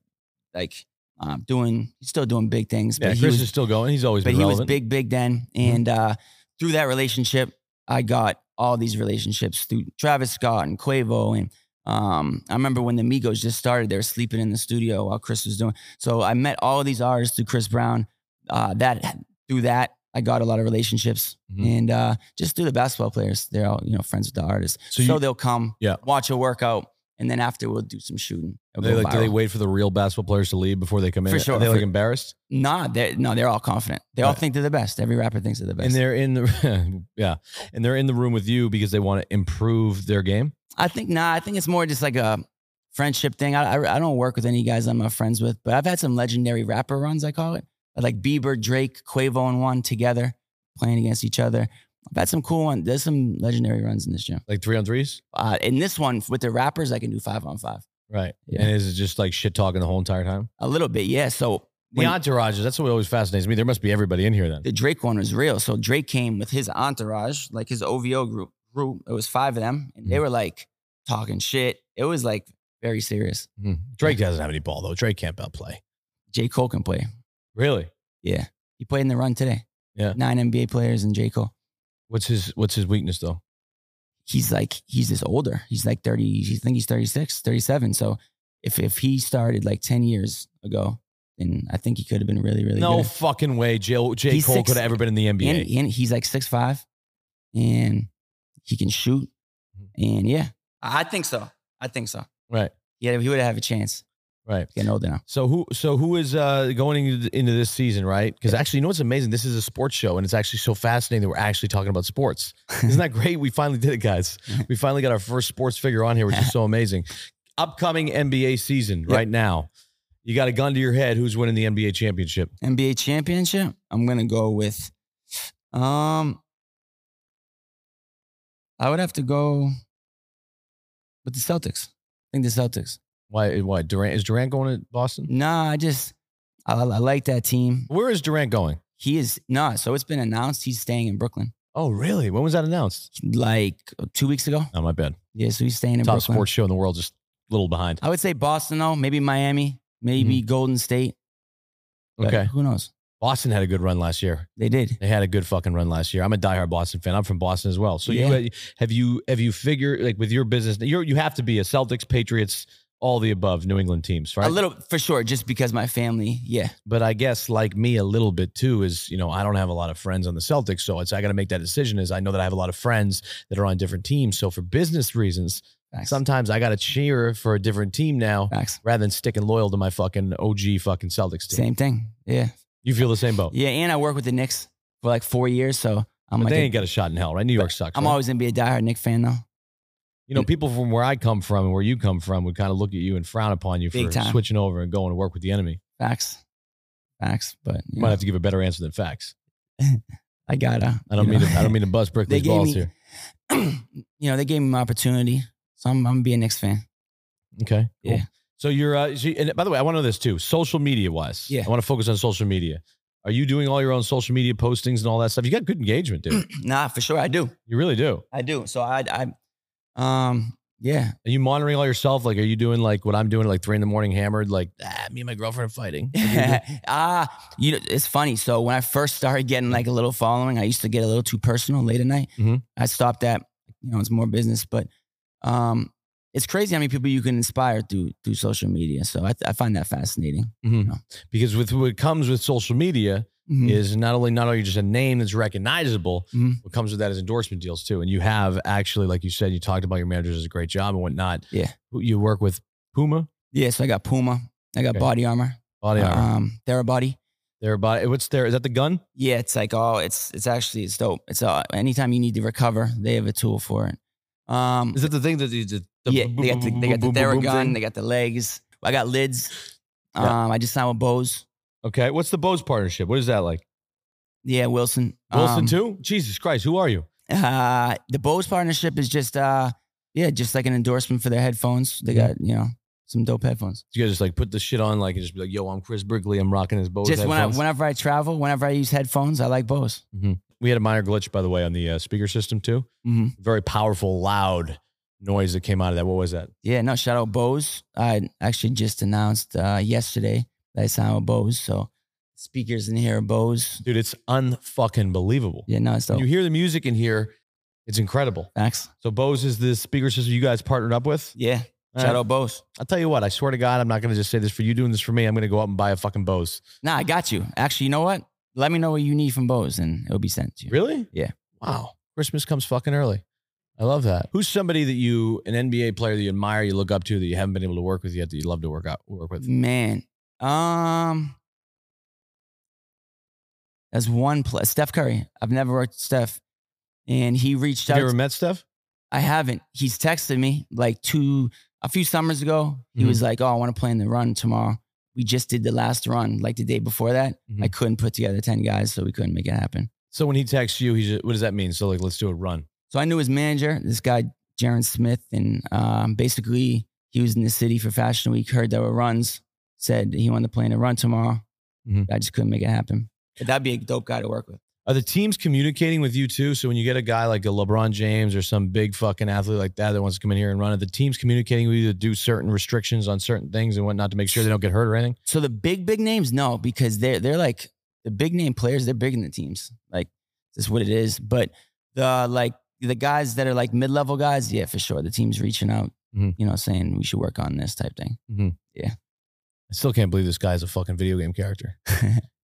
Speaker 4: like um, doing, he's still doing big things,
Speaker 3: Yeah,
Speaker 4: but
Speaker 3: Chris
Speaker 4: he was
Speaker 3: is still going. He's always
Speaker 4: but
Speaker 3: been
Speaker 4: he was
Speaker 3: relevant.
Speaker 4: big,
Speaker 3: Mm-hmm.
Speaker 4: big then. And uh, through that relationship, I got all these relationships through Travis Scott and Quavo. And um, I remember when the Migos just started, they were sleeping in the studio while Chris was doing. So I met all these artists through Chris Brown. Uh, that through that, I got a lot of relationships,
Speaker 3: Mhm.
Speaker 4: and uh, just through the basketball players, they're all you know friends with the artists.
Speaker 3: So
Speaker 4: So,
Speaker 3: you-
Speaker 4: they'll come,
Speaker 3: Yeah.
Speaker 4: watch a workout, and then after we'll do some shooting. It'll go
Speaker 3: They like, do they
Speaker 4: viral.
Speaker 3: wait for the real basketball players to leave before they come in?
Speaker 4: Oh, For sure,
Speaker 3: Are they like
Speaker 4: for-
Speaker 3: embarrassed?
Speaker 4: Nah, they're, no, they're all confident. They all
Speaker 3: Right.
Speaker 4: think they're the best. Every rapper thinks they're the best.
Speaker 3: And they're in the yeah, and they're in the room with you because they want to improve their game.
Speaker 4: I think nah. I think it's more just like a friendship thing. I, I I don't work with any guys I'm not friends with, but I've had some legendary rapper runs. I call it like Bieber, Drake, Quavo, and one together playing against each other. I've had some cool ones. There's some legendary runs in this gym.
Speaker 3: Like three on threes,
Speaker 4: Uh, in this one with the rappers, I can do five on five
Speaker 3: right?
Speaker 4: Yeah.
Speaker 3: And is it just like shit talking the whole entire time?
Speaker 4: a little bit. Yeah. So
Speaker 3: The
Speaker 4: when-
Speaker 3: entourages. That's what always fascinates me. There must be everybody in here then.
Speaker 4: the Drake one was real. So Drake came with his entourage, like his OVO group. Group. It was five of them, and they
Speaker 3: Mhm.
Speaker 4: were like talking shit. It was like very serious.
Speaker 3: Mhm. Drake doesn't have any ball though. Drake can't outplay.
Speaker 4: J Cole can play.
Speaker 3: Really?
Speaker 4: Yeah. He played in the run today.
Speaker 3: Yeah.
Speaker 4: Nine NBA players and J. Cole.
Speaker 3: What's his What's his weakness though?
Speaker 4: He's like, he's just older. He's like 30, I think he's 36, 37. So if, if he started like 10 years ago, then I think he could have been really, really
Speaker 3: no
Speaker 4: good.
Speaker 3: fucking way. J. J.
Speaker 4: He's
Speaker 3: Cole
Speaker 4: six-
Speaker 3: could have ever been in the NBA.
Speaker 4: And, and he's like six five, and he can shoot.
Speaker 3: Mm-hmm.
Speaker 4: And yeah, I I think so. I think so.
Speaker 3: Right.
Speaker 4: Yeah, he would have had a chance
Speaker 3: Right.
Speaker 4: getting older now.
Speaker 3: So who so who is uh, going into, into this season, right? Because actually, you know what's amazing? This is a sports show, and it's actually so fascinating that we're actually talking about sports. Isn't that great? We finally did it, guys. We finally got our first sports figure on here, which is so amazing. Upcoming NBA season
Speaker 4: Yep.
Speaker 3: right now. You got a gun to your head. Who's winning the NBA championship?
Speaker 4: NBA championship, I'm gonna go with um I would have to go with the Celtics. I think the Celtics.
Speaker 3: Why? Why Durant is Durant going to Boston?
Speaker 4: Nah, I just I, I like that team.
Speaker 3: Where is Durant going?
Speaker 4: He is nah, so it's been announced he's staying in Brooklyn.
Speaker 3: Oh, really? When was that announced?
Speaker 4: Like two weeks ago.
Speaker 3: Oh, my bad.
Speaker 4: Yeah, so he's staying in
Speaker 3: Top
Speaker 4: Brooklyn.
Speaker 3: sports show in the world, just a little behind.
Speaker 4: I would say Boston though, maybe Miami, maybe Golden State. but
Speaker 3: Mm-hmm. Okay,
Speaker 4: Who knows?
Speaker 3: Boston had a good run last year.
Speaker 4: They did.
Speaker 3: They had a good fucking run last year. I'm a diehard Boston fan. I'm from Boston as well. So
Speaker 4: Yeah.
Speaker 3: you have you have you figured like with your business, you you have to be a Celtics, Patriots, all the above New England teams, right?
Speaker 4: A little for sure, just because my family, yeah.
Speaker 3: but I guess like me a little bit too is you know I don't have a lot of friends on the Celtics, so it's I got to make that decision. Is I know that I have a lot of friends that are on different teams. So for business reasons,
Speaker 4: Facts.
Speaker 3: Sometimes I got to cheer for a different team now
Speaker 4: Facts.
Speaker 3: rather than sticking loyal to my fucking OG fucking Celtics team.
Speaker 4: Same thing. Yeah.
Speaker 3: You feel the same boat.
Speaker 4: Yeah. And I work with the Knicks for like four years. So I'm
Speaker 3: but
Speaker 4: like,
Speaker 3: they
Speaker 4: a-
Speaker 3: ain't got a shot in hell, right? New York sucks.
Speaker 4: I'm
Speaker 3: right?
Speaker 4: always going to be a diehard Knicks fan though.
Speaker 3: you know, people from where I come from and where you come from would kind of look at you and frown upon you for
Speaker 4: Big time.
Speaker 3: switching over and going to work with the enemy.
Speaker 4: Facts. Facts. But you
Speaker 3: You might
Speaker 4: know,
Speaker 3: have to give a better answer than facts.
Speaker 4: I gotta.
Speaker 3: I don't
Speaker 4: you
Speaker 3: mean
Speaker 4: know.
Speaker 3: to, I don't mean to bust Brickley's
Speaker 4: gave
Speaker 3: balls
Speaker 4: me-
Speaker 3: here.
Speaker 4: you know, they gave me my opportunity. So I'm, I'm gonna be a Knicks fan.
Speaker 3: Okay.
Speaker 4: Yeah.
Speaker 3: So you're uh, so- and by the way, I want to know this too. Social media wise.
Speaker 4: Yeah.
Speaker 3: I want to focus on social media. Are you doing all your own social media postings and all that stuff? You got good engagement, dude.
Speaker 4: nah, for sure. I do.
Speaker 3: you really do.
Speaker 4: I do. So I, I, um, yeah.
Speaker 3: Are you monitoring all yourself? Like, are you doing like what I'm doing, like three in the morning, hammered, like ah, me and my girlfriend are fighting? Mm-hmm.
Speaker 4: Ah, you know, it's funny. So when I first started getting like a little following, I used to get a little too personal late at night.
Speaker 3: Mhm.
Speaker 4: I stopped that. You know, it's more business, but um, it's crazy how many people you can inspire through through social media. So I, I find that fascinating.
Speaker 3: Mhm.
Speaker 4: No.
Speaker 3: Because with what comes with social media,
Speaker 4: Mhm.
Speaker 3: is not only not only just a name that's recognizable,
Speaker 4: Mhm.
Speaker 3: what comes with that is endorsement deals too. And you have actually, like you said, you talked about your managers is a great job and whatnot.
Speaker 4: Yeah.
Speaker 3: Who- You work with Puma,
Speaker 4: Yeah. So I got Puma. I got
Speaker 3: Okay.
Speaker 4: Body Armor.
Speaker 3: Body Armor.
Speaker 4: Um, Therabody.
Speaker 3: Their body. What's their? Is that the gun?
Speaker 4: Yeah, it's like oh, it's it's actually it's dope. It's uh, anytime you need to recover, they have a tool for it. Um,
Speaker 3: Is that the thing that the, the, the
Speaker 4: yeah, they got the, they got the
Speaker 3: boom, boom, boom, boom thing?
Speaker 4: Theragun, they got the legs. I got lids.
Speaker 3: Yeah.
Speaker 4: Um, I just signed with Bose.
Speaker 3: Okay. What's the Bose partnership? What is that like?
Speaker 4: Yeah, Wilson.
Speaker 3: Wilson
Speaker 4: Um,
Speaker 3: too? Jesus Christ, who are you?
Speaker 4: Uh, the Bose partnership is just uh, yeah, just like an endorsement for their headphones. They got you know some dope headphones.
Speaker 3: You guys just like put the shit on, like and just be like, "Yo, I'm Chris Brickley. I'm rocking his Bose."
Speaker 4: just when I,
Speaker 3: headphones."
Speaker 4: whenever I travel, whenever I use headphones, I like Bose.
Speaker 3: we had a minor glitch, by the way, on the uh, speaker system too.
Speaker 4: Mhm.
Speaker 3: Very powerful, loud noise that came out of that. What was that?
Speaker 4: Yeah, no, shout out Bose. I actually just announced uh, yesterday that I signed with Bose. So speakers in here are Bose.
Speaker 3: dude. It's unfucking believable.
Speaker 4: Yeah, no, it's
Speaker 3: When
Speaker 4: dope.
Speaker 3: you hear the music in here, it's incredible.
Speaker 4: Facts.
Speaker 3: So Bose is the speaker system you guys partnered up with.
Speaker 4: Yeah.
Speaker 3: All
Speaker 4: Shout
Speaker 3: right.
Speaker 4: out Bose.
Speaker 3: I'll tell you what. I swear to God, I'm not gonna just say this for you doing this for me. I'm gonna go out and buy a fucking Bose.
Speaker 4: Nah, I got you. Actually, you know what? Let me know what you need from Bose and it'll be sent to you.
Speaker 3: Really?
Speaker 4: Yeah.
Speaker 3: Wow. Christmas comes fucking early. I love that. Who's somebody that you, an NBA player that you admire, you look up to, that you haven't been able to work with yet, that you love to work out, work with?
Speaker 4: Man. Um that's one plus Steph Curry. I've never worked with Steph. And he reached
Speaker 3: Have
Speaker 4: out.
Speaker 3: you ever met Steph?
Speaker 4: I haven't. He's texted me like two a few summers ago. He was
Speaker 3: Mm-hmm.
Speaker 4: like, "Oh, I want to play in the run tomorrow." We just did the last run, like the day before that.
Speaker 3: Mhm.
Speaker 4: I couldn't put together ten guys, so we couldn't make it happen.
Speaker 3: So when he texts you, he's what does that mean? So like, let's do a run.
Speaker 4: So I knew his manager, this guy Jaron Smith, and um, basically he was in the city for Fashion Week. Heard there were runs, said he wanted to play in the run tomorrow.
Speaker 3: Mhm.
Speaker 4: I just couldn't make it happen. But that'd be a dope guy to work with.
Speaker 3: Are the teams communicating with you too? So when you get a guy like a LeBron James or some big fucking athlete like that that wants to come in here and run it, the team's communicating with you to do certain restrictions on certain things and whatnot to make sure they don't get hurt or anything.
Speaker 4: So the big big names, no, because they're they're like the big name players. They're big in the teams. Like that's what it is. But the like the guys that are like mid level guys, yeah, for sure. The team's reaching out,
Speaker 3: Mhm.
Speaker 4: you know, saying we should work on this type thing.
Speaker 3: I still can't believe this guy's a fucking video game character.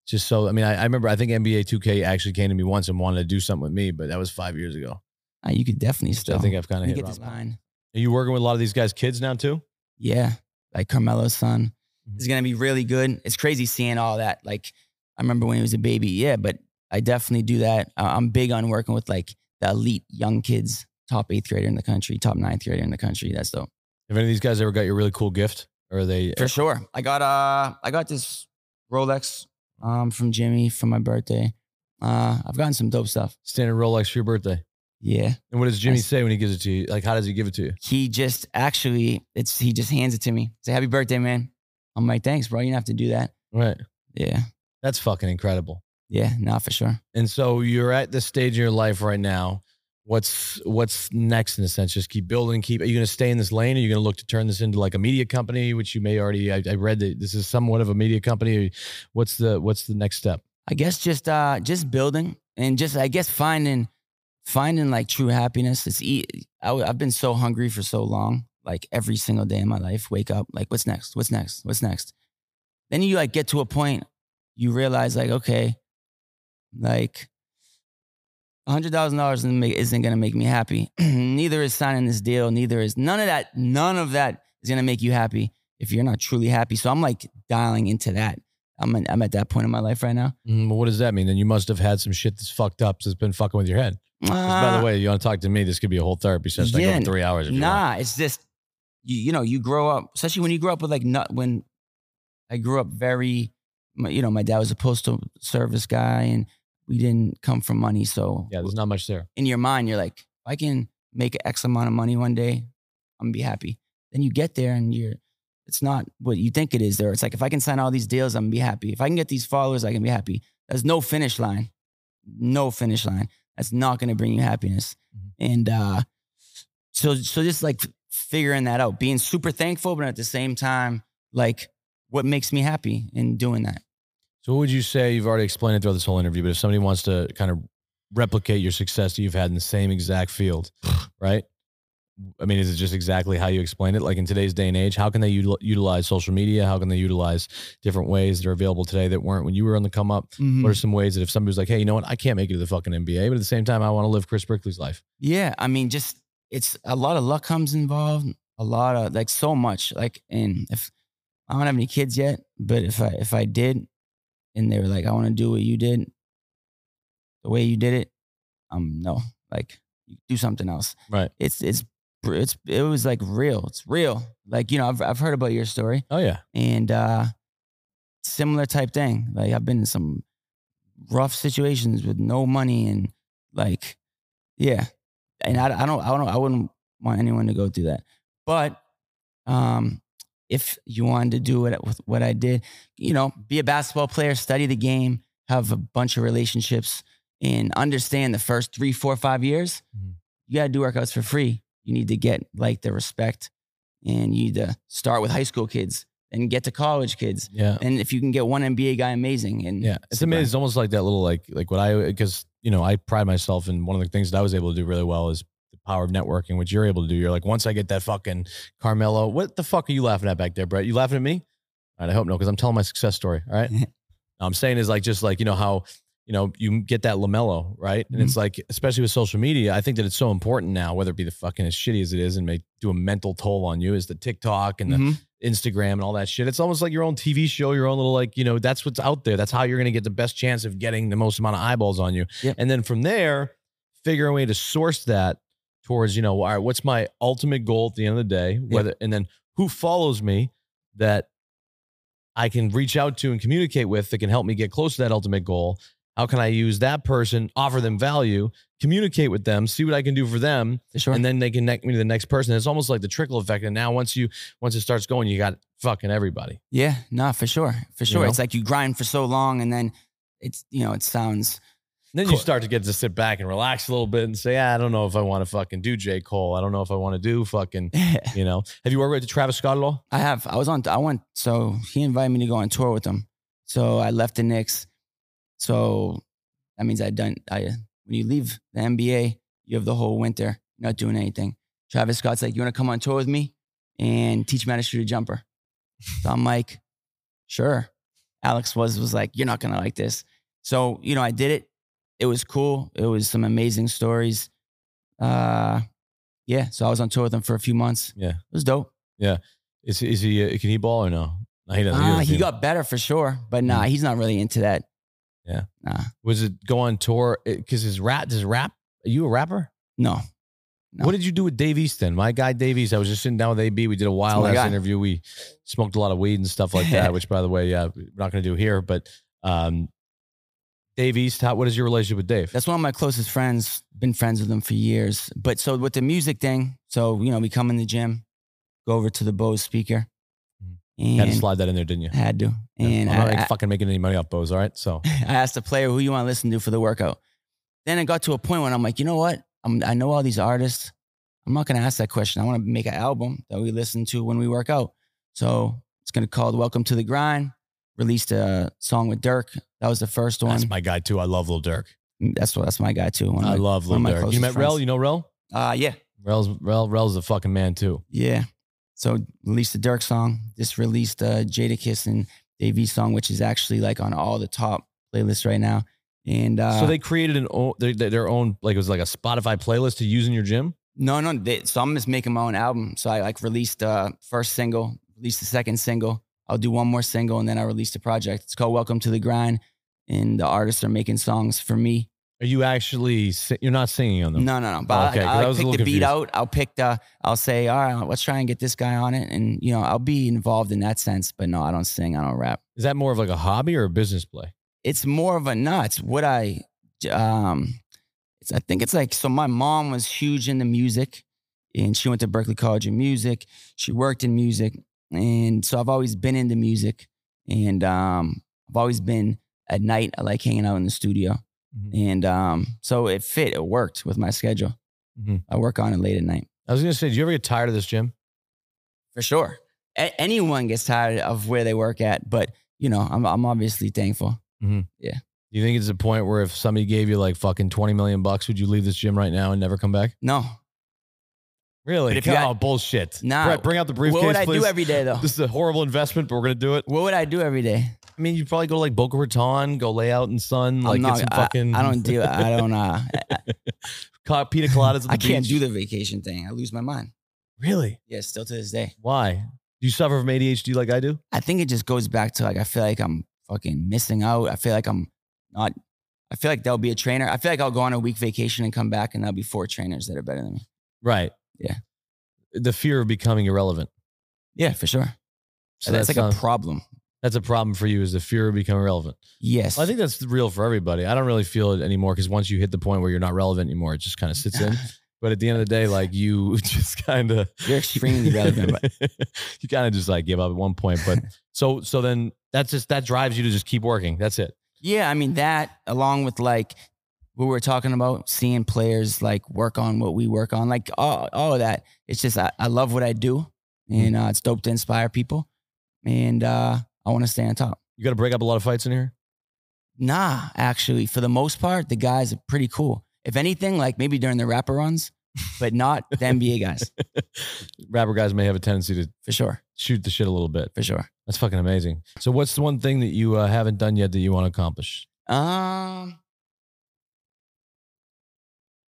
Speaker 3: Just so I mean, I, I remember I think NBA 2K actually came to me once and wanted to do something with me, but that was five years ago.
Speaker 4: Uh, you could definitely
Speaker 3: So
Speaker 4: still.
Speaker 3: I think I've kind
Speaker 4: Let me
Speaker 3: of hit.
Speaker 4: get
Speaker 3: rock
Speaker 4: this
Speaker 3: bottom.
Speaker 4: line.
Speaker 3: Are you working with a lot of these guys' kids now too?
Speaker 4: Yeah, like Carmelo's son
Speaker 3: Mhm.
Speaker 4: is gonna be really good. It's crazy seeing all that. Like I remember when he was a baby. Yeah, but I definitely do that. I- I'm big on working with like the elite young kids, top eighth grader in the country, top ninth grader in the country. That's dope.
Speaker 3: Have any of these guys ever got your really cool gift? Or are they
Speaker 4: For sure. I got uh I got this Rolex um from Jimmy for my birthday. Uh I've gotten some dope stuff.
Speaker 3: standard Rolex for your birthday?
Speaker 4: Yeah.
Speaker 3: And what does Jimmy
Speaker 4: Nice.
Speaker 3: say when he gives it to you? Like, how does he give it to you?
Speaker 4: He just actually it's he just hands it to me. Say happy birthday, man. I'm like, thanks, bro. You don't have to do that.
Speaker 3: Right.
Speaker 4: Yeah.
Speaker 3: That's fucking incredible.
Speaker 4: Yeah, not for sure.
Speaker 3: And so you're at this stage in your life right now. What's what's next in a sense? Just keep building. Keep. Are you going to stay in this lane? Are you going to look to turn this into like a media company, which you may already? I, I read that this is somewhat of a media company. What's the what's the next step?
Speaker 4: I guess just uh just building and just I guess finding finding like true happiness. It's e- I, w- I've been so hungry for so long. Like every single day in my life, wake up like what's next? What's next? What's next? Then you like get to a point you realize like okay, like hundred thousand dollars isn't going to make me happy. neither is signing this deal. Neither is none of that. None of that is going to make you happy if you're not truly happy. So I'm like dialing into that. I'm at, I'm at that point in my life right now.
Speaker 3: Mm, well, what does that mean? Then you must have had some shit that's fucked up that's been fucking with your head. 'Cause by
Speaker 4: Uh,
Speaker 3: the way, you want to talk to me? This could be a whole therapy session. I
Speaker 4: yeah,
Speaker 3: go for three hours. If you want.
Speaker 4: Nah, it's just you, you know you grow up, especially when you grow up with like not when I grew up very, my, you know, my dad was a postal service guy, and we didn't come from money, so
Speaker 3: Yeah, there's not much there.
Speaker 4: in your mind you're like, if I can make X amount of money one day, I'm gonna be happy. Then you get there and you're, it's not what you think it is. There, it's like if I can sign all these deals, I'm gonna be happy. If I can get these followers, I can be happy. There's no finish line, no finish line. That's not gonna bring you happiness. And uh, so, so just like figuring that out, being super thankful, but at the same time, like what makes me happy and doing that.
Speaker 3: So, what would you say? You've already explained it throughout this whole interview, but if somebody wants to kind of replicate your success that you've had in the same exact field, right? I mean, is it just exactly how you explained it? Like in today's day and age, how can they util- utilize social media? How can they utilize different ways that are available today that weren't when you were on the come up?
Speaker 4: Mm-hmm.
Speaker 3: What are some ways that if somebody was like, hey, you know what? I can't make it to the fucking NBA, but at the same time, I want to live Chris Brickley's life.
Speaker 4: Yeah, I mean, just it's a lot of luck comes involved. A lot of like so much like, and if I don't have any kids yet, but if I if I did, and they were like, I want to do what you did, the way you did it, um, no, like do something else.
Speaker 3: Right.
Speaker 4: It's it's br- it's it was like real. It's real. Like you know, I've I've heard about your story
Speaker 3: Oh, yeah.
Speaker 4: and uh similar type thing like i've been in some rough situations with no money and like yeah and i, I don't i don't i wouldn't want anyone to go through that but um if you wanted to do it with what i did you know be a basketball player study the game have a bunch of relationships and understand the first three four five years
Speaker 3: Mhm.
Speaker 4: you got to do workouts for free you need to get like the respect and you need to start with high school kids and get to college kids.
Speaker 3: Yeah.
Speaker 4: And if you can get one NBA guy, amazing. And
Speaker 3: Yeah, it's amazing. It's almost like that little like like what I because you know I pride myself in one of the things that I was able to do really well is the power of networking. What you're able to do, you're like once I get that fucking Carmelo. What the fuck are you laughing at back there, Brett? You laughing at me? All right, I hope no, because I'm telling my success story. All right, No, I'm saying is like just like you know how you know you get that Lamelo right, and it's like especially with social media, I think that it's so important now, whether it be the fucking as shitty as it is and may do a mental toll on you, is the TikTok and the
Speaker 4: Mhm.
Speaker 3: Instagram and all that shit. It's almost like your own TV show, your own little like, you know, that's what's out there. That's how you're going to get the best chance of getting the most amount of eyeballs on you.
Speaker 4: Yep.
Speaker 3: And then from there, figure a way to source that towards, you know, all right, what's my ultimate goal at the end of the day? Whether and then who follows me that I can reach out to and communicate with that can help me get close to that ultimate goal. How can I use that person, offer them value, communicate with them, see what I can do for them,
Speaker 4: for sure.
Speaker 3: and then they connect me to the next person. It's almost like the trickle effect. And now once you once it starts going, you got fucking everybody.
Speaker 4: yeah, no, for sure. For
Speaker 3: You
Speaker 4: sure.
Speaker 3: know?
Speaker 4: It's like you grind for so long and then it's, you know, it sounds,
Speaker 3: And then you
Speaker 4: Cool.
Speaker 3: start to get to sit back and relax a little bit and say, "Ah, I don't know if I want to fucking do J. Cole. I don't know if I want to do fucking,
Speaker 4: I
Speaker 3: you know. Have you worked with Travis Scott at all?
Speaker 4: have, I was on, I went, so he invited me to go on tour with him. So I left the Knicks. So that means I done, I, when you leave the NBA, you have the whole winter not doing anything. Travis Scott's like, you want to come on tour with me and teach me how to shoot a jumper? So I'm like, sure. Alex was was like, you're not gonna like this. So you know, I did it. It was cool. It was some amazing stories. Uh, yeah. So I was on tour with him for a few months.
Speaker 3: Yeah.
Speaker 4: it was dope.
Speaker 3: Is is he uh, can he ball or no? No, He Mm-hmm. doesn't.
Speaker 4: Uh,
Speaker 3: doesn't
Speaker 4: he
Speaker 3: seem-
Speaker 4: got better for sure, but nah, he's not really into that.
Speaker 3: Yeah.
Speaker 4: Nah.
Speaker 3: was it go on tour because his rap does rap. Are you a rapper?
Speaker 4: No. No.
Speaker 3: What did you do with Dave Easton? My guy Dave East. I was just sitting down with AB. We did a wild
Speaker 4: my
Speaker 3: ass
Speaker 4: guy.
Speaker 3: interview. We smoked a lot of weed and stuff like that, which by the way, yeah, we're not gonna do here. But um Dave East, how, what is your relationship with Dave?
Speaker 4: That's one of my closest friends. Been friends with him for years. But so with the music thing, so you know, we come in the gym, go over to the Bose speaker, and
Speaker 3: Mm-hmm. had to slide that in there, didn't you?
Speaker 4: had to.
Speaker 3: Yeah.
Speaker 4: And
Speaker 3: I'm not
Speaker 4: I-
Speaker 3: like,
Speaker 4: I-
Speaker 3: fucking making any money off Bose, all right? So
Speaker 4: I asked the player who you want to listen to for the workout. Then it got to a point when I'm like, you know what? I'm, I know all these artists. I'm not going to ask that question. I want to make an album that we listen to when we work out. So it's going to call Welcome to the Grind. Released a song with Dirk. That was the first one.
Speaker 3: that's my guy too. I love Lil Durk.
Speaker 4: that's what that's my guy too. One of
Speaker 3: I
Speaker 4: my-
Speaker 3: love Lil
Speaker 4: one of my
Speaker 3: Durk. You
Speaker 4: closest
Speaker 3: met Rel?
Speaker 4: friends.
Speaker 3: You know Rel?
Speaker 4: Uh, yeah,
Speaker 3: Rel's Rel Rel's a fucking man too.
Speaker 4: yeah. So released the Dirk song. Just released uh, Jadakiss and Davey song, which is actually like on all the top playlists right now. And uh,
Speaker 3: so they created an o- their, their own like it was like a Spotify playlist to use in your gym.
Speaker 4: No, no. They, so I'm just making my own album. So I like released the first single, released the second single. I'll do one more single, and then I released a project. It's called Welcome to the Grind, and the artists are making songs for me.
Speaker 3: Are you actually si- you're not singing on them?
Speaker 4: No, no, no. But
Speaker 3: Okay, 'cause
Speaker 4: I, I,
Speaker 3: I
Speaker 4: like,
Speaker 3: was a
Speaker 4: pick the
Speaker 3: little
Speaker 4: beat
Speaker 3: confused.
Speaker 4: out. I'll pick the. I'll say, all right, let's try and get this guy on it, and you know, I'll be involved in that sense. But no, I don't sing. I don't rap.
Speaker 3: Is that more of like a hobby or a business play?
Speaker 4: it's more of a nuts. What I, um, it's, I think it's like so. My mom was huge into music, and she went to Berkeley College of Music. She worked in music, and so I've always been into music, and um, I've always been at night. I like hanging out in the studio,
Speaker 3: Mm-hmm.
Speaker 4: and um, so it fit. It worked with my schedule.
Speaker 3: Mhm.
Speaker 4: I work on it late at night
Speaker 3: I was gonna say, do you ever get tired of this gym?
Speaker 4: for sure. A- anyone gets tired of where they work at, but you know, I'm I'm obviously thankful.
Speaker 3: Do you think it's a point where if somebody gave you like fucking twenty million bucks, would you leave this gym right now and never come back?
Speaker 4: No,
Speaker 3: Really?
Speaker 4: But if you
Speaker 3: oh, bullshit.
Speaker 4: Nah.
Speaker 3: Brett, bring out the briefcase,
Speaker 4: what would I
Speaker 3: please.
Speaker 4: do every day though?
Speaker 3: this is a horrible investment, but we're gonna do it.
Speaker 4: What would I do every day?
Speaker 3: I mean, you probably go to like Boca Raton, go lay out in the sun, like
Speaker 4: I'm not,
Speaker 3: get some
Speaker 4: I-
Speaker 3: fucking.
Speaker 4: I, don't do. I don't. Uh, I,
Speaker 3: Co- pina coladas. At the
Speaker 4: I can't
Speaker 3: beach.
Speaker 4: do the vacation thing. I lose my mind.
Speaker 3: Really?
Speaker 4: Yeah, still to this day.
Speaker 3: Why? Do you suffer from ADHD like I do?
Speaker 4: I think it just goes back to like I feel like I'm fucking missing out. I feel like I'm not. I feel like there'll be a trainer. I feel like I'll go on a week vacation and come back, and there'll be four trainers that are better than me.
Speaker 3: Right.
Speaker 4: Yeah.
Speaker 3: The fear of becoming irrelevant.
Speaker 4: Yeah, for sure.
Speaker 3: So
Speaker 4: that's,
Speaker 3: that's uh,
Speaker 4: like
Speaker 3: not-
Speaker 4: a problem.
Speaker 3: that's a problem for you is the fear of becoming relevant.
Speaker 4: Yes,
Speaker 3: Well, I think that's real for everybody. I don't really feel it anymore because once you hit the point where you're not relevant anymore, it just kind of sits in. But at the end of the day, like you just kind of
Speaker 4: you're extremely relevant. But
Speaker 3: you kind of just like give up at one point. But so so then that's just that drives you to just keep working. That's it.
Speaker 4: yeah, I mean that along with like what we were talking about, seeing players like work on what we work on, like all, all of that. It's just I, I love what I do, and uh, it's dope to inspire people, and uh, I want to stay on top.
Speaker 3: You got to break up a lot of fights in here.
Speaker 4: Nah, actually, for the most part, the guys are pretty cool. If anything, like maybe during the wrapper runs, but not the NBA guys
Speaker 3: Rapper guys may have a tendency to
Speaker 4: for sure,
Speaker 3: shoot the shit a little bit.
Speaker 4: for sure.
Speaker 3: That's fucking amazing. So what's the one thing that you uh, haven't done yet that you want to accomplish?
Speaker 4: Um,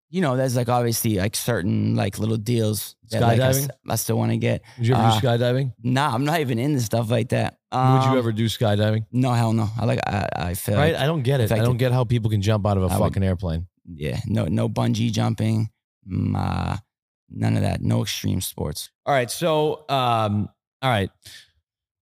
Speaker 4: you know, there's like obviously like certain like little deals that like, I, s-
Speaker 3: Skydiving?
Speaker 4: I still want to get.
Speaker 3: Would you ever
Speaker 4: Uh,
Speaker 3: do skydiving?
Speaker 4: Nah, I'm not even into stuff like that.
Speaker 3: Would
Speaker 4: Um,
Speaker 3: you ever do skydiving?
Speaker 4: No, hell no. I like I, I feel
Speaker 3: Right?
Speaker 4: like-
Speaker 3: I don't get it. I
Speaker 4: fact,
Speaker 3: don't get how people can jump out of a
Speaker 4: I would-
Speaker 3: fucking airplane.
Speaker 4: yeah, no no bungee jumping, mm, uh, none of that. No extreme sports.
Speaker 3: All right. So, um, all right.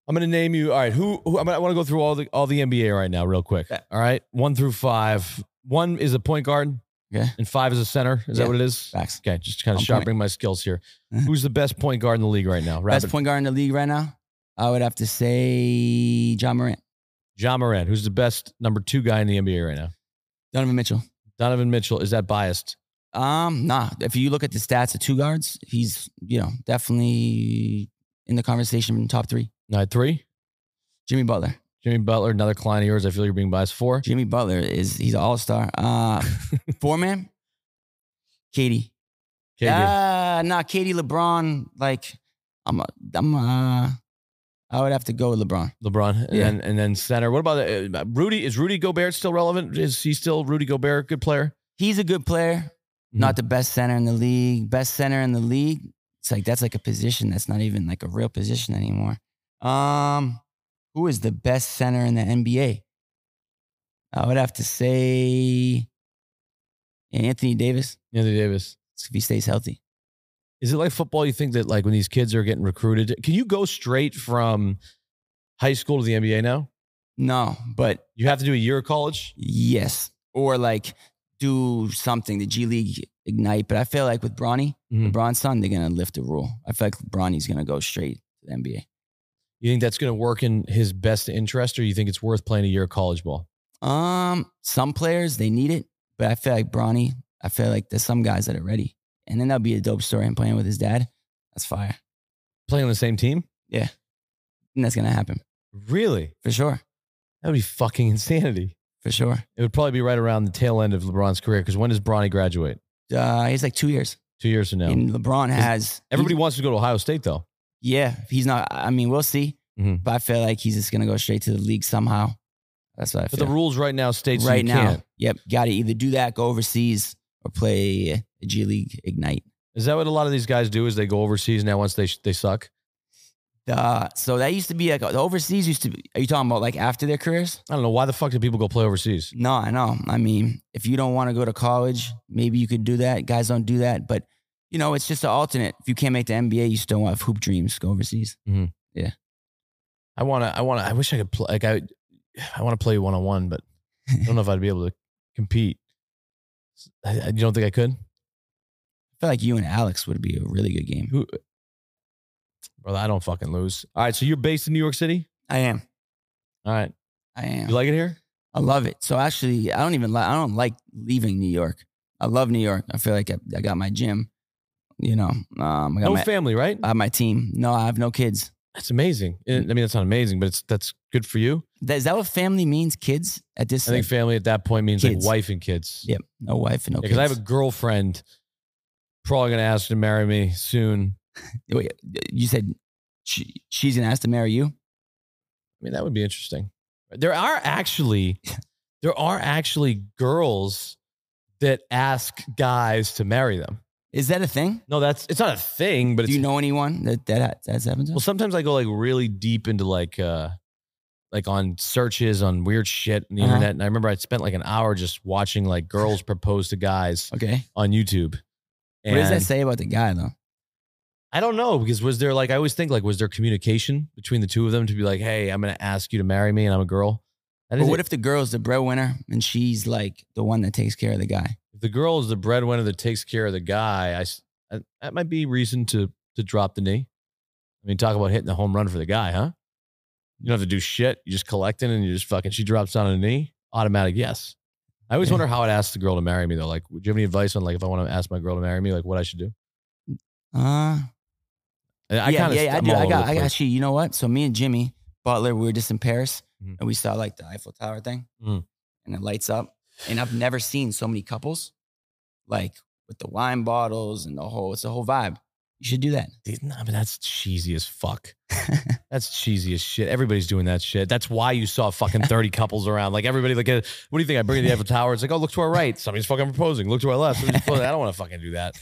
Speaker 3: I'm going to name you. All right. Who, who I'm gonna, I want to go through all the, all the NBA right now, real quick.
Speaker 4: Okay.
Speaker 3: All right. One through five. One is a point guard.
Speaker 4: Okay.
Speaker 3: And five is a center. Is
Speaker 4: Yeah.
Speaker 3: that what it is?
Speaker 4: Facts.
Speaker 3: Okay. Just kind
Speaker 4: On
Speaker 3: of
Speaker 4: point.
Speaker 3: sharpening my skills here.
Speaker 4: Uh-huh.
Speaker 3: Who's the best point guard in the league right now?
Speaker 4: Best
Speaker 3: Rapid.
Speaker 4: point guard in the league right now. I would have to say John Morant,
Speaker 3: John Moran. Who's the best number two guy in the NBA right now?
Speaker 4: Donovan Mitchell.
Speaker 3: Donovan Mitchell. Is that biased?
Speaker 4: Um, nah. If you look at the stats of two guards, he's you know definitely in the conversation in top three.
Speaker 3: All right. Three.
Speaker 4: Jimmy Butler.
Speaker 3: Jimmy Butler, another client of yours. I feel you're being biased. Four.
Speaker 4: Jimmy Butler is he's an all star. Uh, four man. Katie.
Speaker 3: KD.
Speaker 4: Uh, nah, Katie LeBron. Like, I'm, a, I'm, uh, I would have to go with LeBron.
Speaker 3: LeBron, and,
Speaker 4: Yeah.
Speaker 3: then, and then center. What about uh, Rudy? Is Rudy Gobert still relevant? Is he still Rudy Gobert? a Good player.
Speaker 4: He's a good player, not the best center in the league. Best center in the league. It's like that's like a position that's not even like a real position anymore. Um, who is the best center in the NBA? I would have to say Anthony Davis
Speaker 3: Anthony Davis.
Speaker 4: if he stays healthy.
Speaker 3: Is it like football? You think that like when these kids are getting recruited, can you go straight from high school to the NBA now?
Speaker 4: No, but
Speaker 3: You have to do a year of college.
Speaker 4: Yes. Or like do something, the G League Ignite. But I feel like with Bronny,
Speaker 3: Mhm.
Speaker 4: LeBron's son, they're going to lift the rule. I feel like Bronny's going to go straight to the NBA.
Speaker 3: You think that's going to work in his best interest, or you think it's worth playing a year of college ball?
Speaker 4: Um, some players, they need it. But I feel like Bronny, I feel like there's some guys that are ready. And then that'll be a dope story. And playing with his dad, that's fire.
Speaker 3: Playing on the same team?
Speaker 4: And that's going to happen
Speaker 3: Really?
Speaker 4: for sure.
Speaker 3: That would be fucking insanity.
Speaker 4: For sure.
Speaker 3: It would probably be right around the tail end of LeBron's career. Because when does Bronny graduate?
Speaker 4: Uh, he's like two years.
Speaker 3: Two years from now.
Speaker 4: And LeBron has
Speaker 3: Everybody wants to go to Ohio State though.
Speaker 4: Yeah, he's not. I mean, we'll see.
Speaker 3: Mhm.
Speaker 4: But I feel like he's just gonna go straight to the league somehow. That's what I
Speaker 3: But
Speaker 4: feel.
Speaker 3: the rules right now states that
Speaker 4: right
Speaker 3: you
Speaker 4: now,
Speaker 3: can't.
Speaker 4: yep, got to either do that, go overseas, or play G League Ignite.
Speaker 3: Is that what a lot of these guys do? Is they go overseas now once they they suck?
Speaker 4: Uh, so that used to be like the overseas used to be. Are you talking about like after their careers?
Speaker 3: I don't know why the fuck do people go play overseas?
Speaker 4: No, I know. I mean, if you don't want to go to college, maybe you could do that. Guys don't do that, but you know, it's just an alternate. If you can't make the NBA, you still have hoop dreams. Go overseas.
Speaker 3: I wanna, I wanna, I wish I could play. Like I, I want to play one on one, but I don't know if I'd be able to compete. I, I- you don't think I could,
Speaker 4: I feel like you and Alex would be a really good game.
Speaker 3: brother? I don't fucking lose. All right, so you're based in New York City.
Speaker 4: I am.
Speaker 3: All right,
Speaker 4: I am.
Speaker 3: you like it here?
Speaker 4: I love it. So actually, I don't even like. I don't like leaving New York. I love New York. I feel like I, I got my gym. You know, um, I got
Speaker 3: No
Speaker 4: my
Speaker 3: family, right?
Speaker 4: I have my team. No, I have no kids.
Speaker 3: That's amazing.
Speaker 4: mm.
Speaker 3: I I mean, that's not amazing, but it's that's good for you.
Speaker 4: That, is that what family means? Kids at this?
Speaker 3: I think family at that point means
Speaker 4: Kids.
Speaker 3: like wife and kids.
Speaker 4: yep. No wife and no
Speaker 3: because
Speaker 4: kids.
Speaker 3: I have a girlfriend probably gonna ask to marry me soon.
Speaker 4: Wait, you said she, she's gonna ask to marry you.
Speaker 3: I mean, that would be interesting. There are actually there are actually girls that ask guys to marry them.
Speaker 4: Is that a thing?
Speaker 3: No, that's it's not a thing,
Speaker 4: Do
Speaker 3: but it's
Speaker 4: you know anyone that that that's happened? To?
Speaker 3: well sometimes I go like really deep into like uh like on searches on weird shit on the
Speaker 4: Uh-huh.
Speaker 3: internet. And I remember I spent like an hour just watching like girls propose to guys
Speaker 4: Okay.
Speaker 3: on YouTube.
Speaker 4: what does that
Speaker 3: And-
Speaker 4: say about the guy though?
Speaker 3: I don't know because was there like I always think like was there communication between the two of them to be like, hey, I'm gonna ask you to marry me and I'm a girl. And
Speaker 4: But what if the girl's the breadwinner and she's like the one that takes care of the guy?
Speaker 3: if the girl is the breadwinner that takes care of the guy? I s- I- that might be reason to to drop the knee. I mean, talk about hitting the home run for the guy, huh? You don't have to do shit. You just collecting and you just fucking. She drops down on a knee, automatic yes. I always
Speaker 4: Yeah.
Speaker 3: wonder how I'd ask the girl to marry me though. Like, would you have any advice on like if I want to ask my girl to marry me, like what I should do?
Speaker 4: Uh,
Speaker 3: I, I
Speaker 4: yeah,
Speaker 3: kind of
Speaker 4: yeah, yeah, I
Speaker 3: I'm
Speaker 4: do.
Speaker 3: all
Speaker 4: I
Speaker 3: over
Speaker 4: got,
Speaker 3: the
Speaker 4: I got
Speaker 3: place.
Speaker 4: you. You know what? So me and Jimmy Butler, we were just in Paris
Speaker 3: Mhm.
Speaker 4: and we saw like the Eiffel Tower thing,
Speaker 3: Mhm.
Speaker 4: and it lights up. And I've never seen so many couples, like with the wine bottles and the whole. It's a whole vibe. You should do that.
Speaker 3: Dude, nah, but that's cheesy as fuck. That's cheesy as shit. Everybody's doing that shit. That's why you saw fucking 30 couples around. Like everybody, like, uh, what do you think? I bring the Eiffel Tower. It's like, oh, look to our right. Somebody's fucking proposing. Look to our left. Somebody's proposing. I don't want to fucking do that.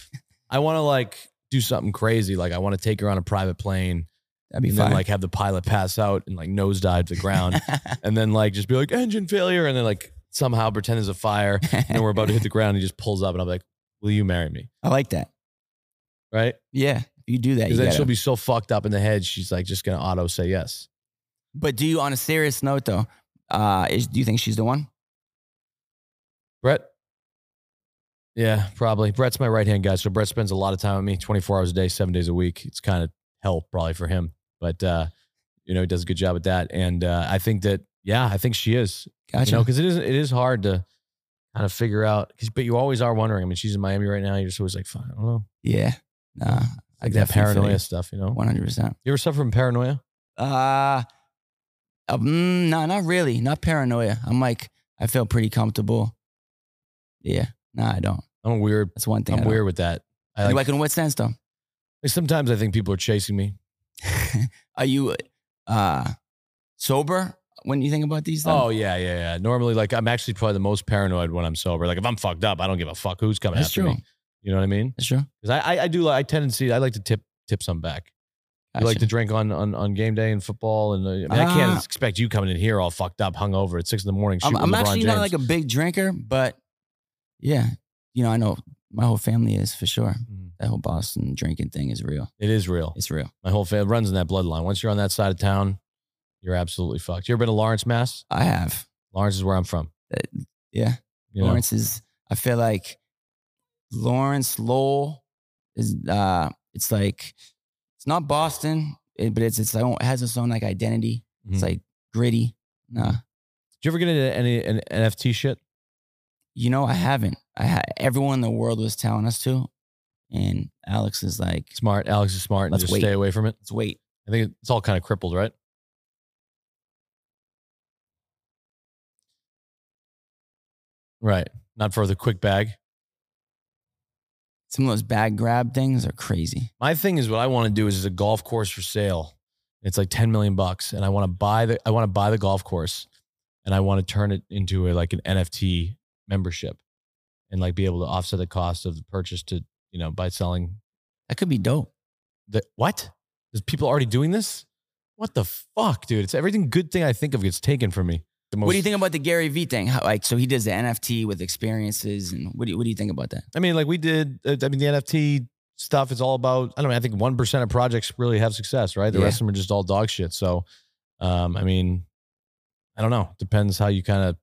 Speaker 3: I want to like do something crazy. Like I want to take her on a private plane
Speaker 4: That'd be
Speaker 3: and
Speaker 4: fun.
Speaker 3: then like have the pilot pass out and like nosedive to the ground and then like just be like engine failure and then like somehow pretend there's a fire and then we're about to hit the ground and he just pulls up and I'm like, will you marry me?
Speaker 4: I like that.
Speaker 3: Right?
Speaker 4: Yeah, you do that. You
Speaker 3: Because then
Speaker 4: gotta-
Speaker 3: she'll be so fucked up in the head. She's like just going to auto say yes.
Speaker 4: but do you, on a serious note though, uh, is, do you think she's the one?
Speaker 3: Brett? Yeah, probably. Brett's my right hand guy. So Brett spends a lot of time with me, 24 hours a day, seven days a week. It's kind of hell probably for him. But, uh, you know, he does a good job at that. And uh, I think that, yeah, I think she is.
Speaker 4: Gotcha.
Speaker 3: You know, because it is, it is hard to kind of figure out. 'cause- But you always are wondering. I mean, she's in Miami right now. You're just always like, Fine, I don't know.
Speaker 4: yeah. Nah,
Speaker 3: Like that paranoia stuff, you know?
Speaker 4: One hundred percent.
Speaker 3: You ever suffer from paranoia?
Speaker 4: Uh, uh mm, no, not really. Not paranoia. I'm like, I feel pretty comfortable. Yeah. No, I don't.
Speaker 3: I'm weird.
Speaker 4: That's one thing. I
Speaker 3: I'm
Speaker 4: don't.
Speaker 3: weird with that. I
Speaker 4: Like,
Speaker 3: like,
Speaker 4: in what sense, though?
Speaker 3: sometimes I think people are chasing me.
Speaker 4: Are you uh sober when you think about these?
Speaker 3: Oh
Speaker 4: Though?
Speaker 3: yeah, yeah, yeah. Normally, like I'm actually probably the most paranoid when I'm sober. Like if I'm fucked up, I don't give a fuck who's coming
Speaker 4: that's
Speaker 3: after
Speaker 4: true.
Speaker 3: me. You know what I mean?
Speaker 4: That's true.
Speaker 3: Because I, I, I do like I tendency I like to tip tip some back. I like
Speaker 4: Gotcha.
Speaker 3: to drink on on, on game day and football, and uh, I, mean, I
Speaker 4: Ah.
Speaker 3: can't expect you coming in here all fucked up, hungover at six in the morning.
Speaker 4: I'm,
Speaker 3: shooting
Speaker 4: I'm
Speaker 3: LeBron
Speaker 4: actually
Speaker 3: James.
Speaker 4: not like a big drinker, but yeah, you know, I know my whole family is for sure.
Speaker 3: Mhm.
Speaker 4: That whole Boston drinking thing is real.
Speaker 3: It is real.
Speaker 4: It's real.
Speaker 3: My whole family runs in that bloodline. Once you're on that side of town, you're absolutely fucked. You ever been to Lawrence, Mass?
Speaker 4: I have.
Speaker 3: Lawrence is where I'm from.
Speaker 4: Uh, Yeah.
Speaker 3: You know?
Speaker 4: Lawrence is. I feel like Lawrence Lowell is. uh It's like it's not Boston, it, but it's its own it has its own like identity.
Speaker 3: Mhm.
Speaker 4: It's like gritty.
Speaker 3: Mm-hmm.
Speaker 4: Nah,
Speaker 3: Did you ever get into any an NFT shit?
Speaker 4: you know I haven't. I ha- everyone in the world was telling us to, and Alex is like,
Speaker 3: Smart. Alex is smart, and
Speaker 4: Let's
Speaker 3: just
Speaker 4: wait.
Speaker 3: stay away from it.
Speaker 4: let's wait.
Speaker 3: I think it's all kind of crippled, right? Right. Not for the quick bag.
Speaker 4: Some of those bag grab things are crazy.
Speaker 3: My thing is what I want to do is, is a golf course for sale. It's like 10 million bucks and I want to buy the I want to buy the golf course and I want to turn it into a, like an NFT membership and like be able to offset the cost of the purchase to, you know, by selling
Speaker 4: That could be dope.
Speaker 3: the what? Is people already doing this? What the fuck, dude? It's everything good thing I think of gets taken from me. The most
Speaker 4: What do you think about the Gary Vee thing? How, like, so he does the NFT with experiences, and what do you, what do you think about that?
Speaker 3: I mean, like we did. uh, I mean, the NFT stuff is all about. I don't know. I think one percent of projects really have success, right? The
Speaker 4: Yeah.
Speaker 3: rest of them are just all dog shit. So, um, I mean, I don't know. Depends how you kind of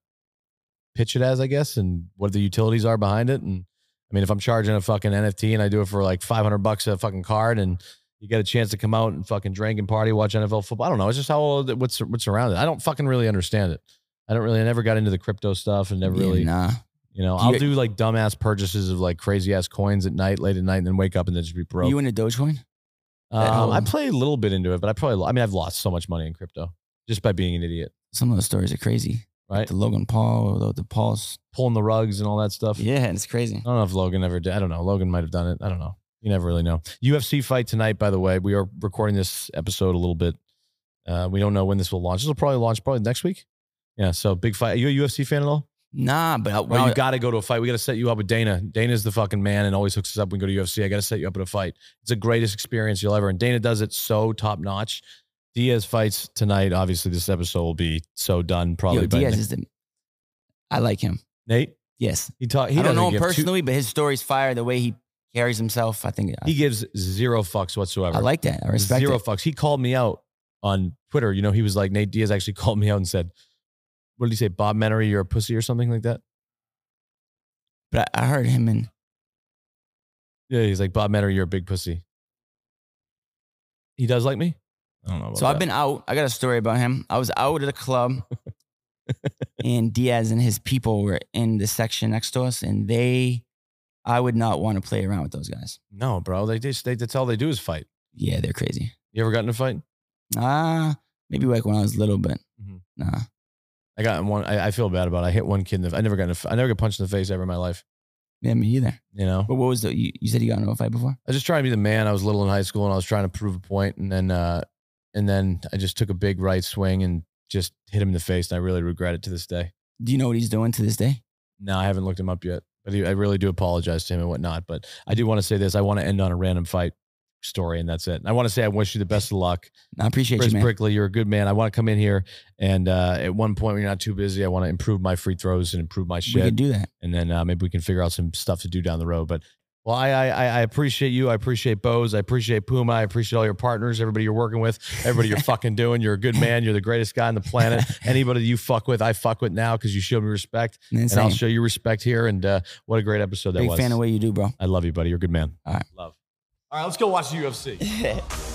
Speaker 3: pitch it as, I guess, and what the utilities are behind it. And I mean, if I'm charging a fucking NFT and I do it for like 500 bucks a fucking card, and you get a chance to come out and fucking drink and party, watch NFL football. I don't know. It's just how all the- what's what's around it. I don't fucking really understand it. I don't really. I never got into the crypto stuff and never
Speaker 4: Yeah,
Speaker 3: really.
Speaker 4: nah.
Speaker 3: You know,
Speaker 4: Do
Speaker 3: I'll
Speaker 4: you-
Speaker 3: do like dumbass purchases of like crazy ass coins at night, late at night, and then wake up and then just be broke.
Speaker 4: You into Dogecoin?
Speaker 3: um, I
Speaker 4: home?
Speaker 3: play a little bit into it, but I probably, lo- I mean, I've lost so much money in crypto just by being an idiot,
Speaker 4: Some of those stories are crazy.
Speaker 3: right?
Speaker 4: The Logan Paul, the, the Pauls.
Speaker 3: Pulling the rugs and all that stuff.
Speaker 4: Yeah, it's crazy.
Speaker 3: I don't know if Logan ever did. I don't know. Logan might have done it. I don't know. You never really know. UFC fight tonight, by the way. We are recording this episode a little bit. Uh, we don't know when this will launch. This will probably launch probably next week. Yeah. So big fight. Are you a UFC fan at all?
Speaker 4: Nah, but I, when
Speaker 3: Well,
Speaker 4: I-
Speaker 3: you got to go to a fight. We got to set you up with Dana. Dana's the fucking man and always hooks us up when we go to UFC. I got to set you up at a fight. It's the greatest experience you'll ever. And Dana does it so top notch. Diaz fights tonight. Obviously, this episode will be so done probably
Speaker 4: yo,
Speaker 3: by
Speaker 4: Diaz
Speaker 3: Nate.
Speaker 4: is the. I like him.
Speaker 3: Nate.
Speaker 4: Yes,
Speaker 3: He talk.
Speaker 4: I
Speaker 3: He
Speaker 4: don't
Speaker 3: doesn't
Speaker 4: know him
Speaker 3: give two-
Speaker 4: personally, but his story's fire. The way he carries himself, I think I,
Speaker 3: he gives zero fucks whatsoever.
Speaker 4: I like that. I respect
Speaker 3: zero
Speaker 4: it.
Speaker 3: fucks. He called me out on Twitter. You know, he was like Nate Diaz actually called me out and said, "What did he say? Bob Menery, you're a pussy or something like that."
Speaker 4: But I, I heard him and
Speaker 3: Yeah, he's like Bob Menery, you're a big pussy. He does like me. I don't know. About
Speaker 4: so
Speaker 3: that.
Speaker 4: I've been out. I got a story about him. I was out at a club, and Diaz and his people were in the section next to us, and they, I would not want to play around with those guys.
Speaker 3: No, bro. They just they, that's all they do is fight.
Speaker 4: Yeah, they're crazy.
Speaker 3: You ever gotten in a fight?
Speaker 4: Ah, maybe like when I was little, but
Speaker 3: Mhm.
Speaker 4: nah.
Speaker 3: I got in one. I, I feel bad about. it. I hit one kid. In the, I never got. In a, f- I never got punched in the face ever in my life.
Speaker 4: Yeah, me either.
Speaker 3: You know.
Speaker 4: But what was the? You, you said you got into a fight before?
Speaker 3: I was just trying to be the man. I was little in high school and I was trying to prove a point, and then uh, and then I just took a big right swing and just hit him in the face, and I really regret it to this day.
Speaker 4: Do you know what he's doing to this day?
Speaker 3: No, I haven't looked him up yet, but he, I really do apologize to him and whatnot. But I do want to say this. I want to end on a random fight story, and that's it. And I want to say I wish you the best of luck.
Speaker 4: I appreciate
Speaker 3: Chris
Speaker 4: you, man.
Speaker 3: Brickley, you're a good man. I want to come in here and uh, at one point when you're not too busy, I want to improve my free throws and improve my
Speaker 4: we
Speaker 3: shit,
Speaker 4: could do that.
Speaker 3: and then uh, maybe we can figure out some stuff to do down the road. But well, I I, I I appreciate you. I appreciate Bose. I appreciate Puma. I appreciate all your partners, everybody you're working with, everybody you're fucking doing. You're a good man. You're the greatest guy on the planet. Anybody you fuck with, I fuck with now because you showed me respect,
Speaker 4: And then
Speaker 3: and I'll
Speaker 4: same.
Speaker 3: show you respect here. And uh, what a great episode that
Speaker 4: Big
Speaker 3: was.
Speaker 4: fan of what you do, bro.
Speaker 3: I love you, buddy. You're a good man.
Speaker 4: All right.
Speaker 3: love. All right, let's go watch the UFC.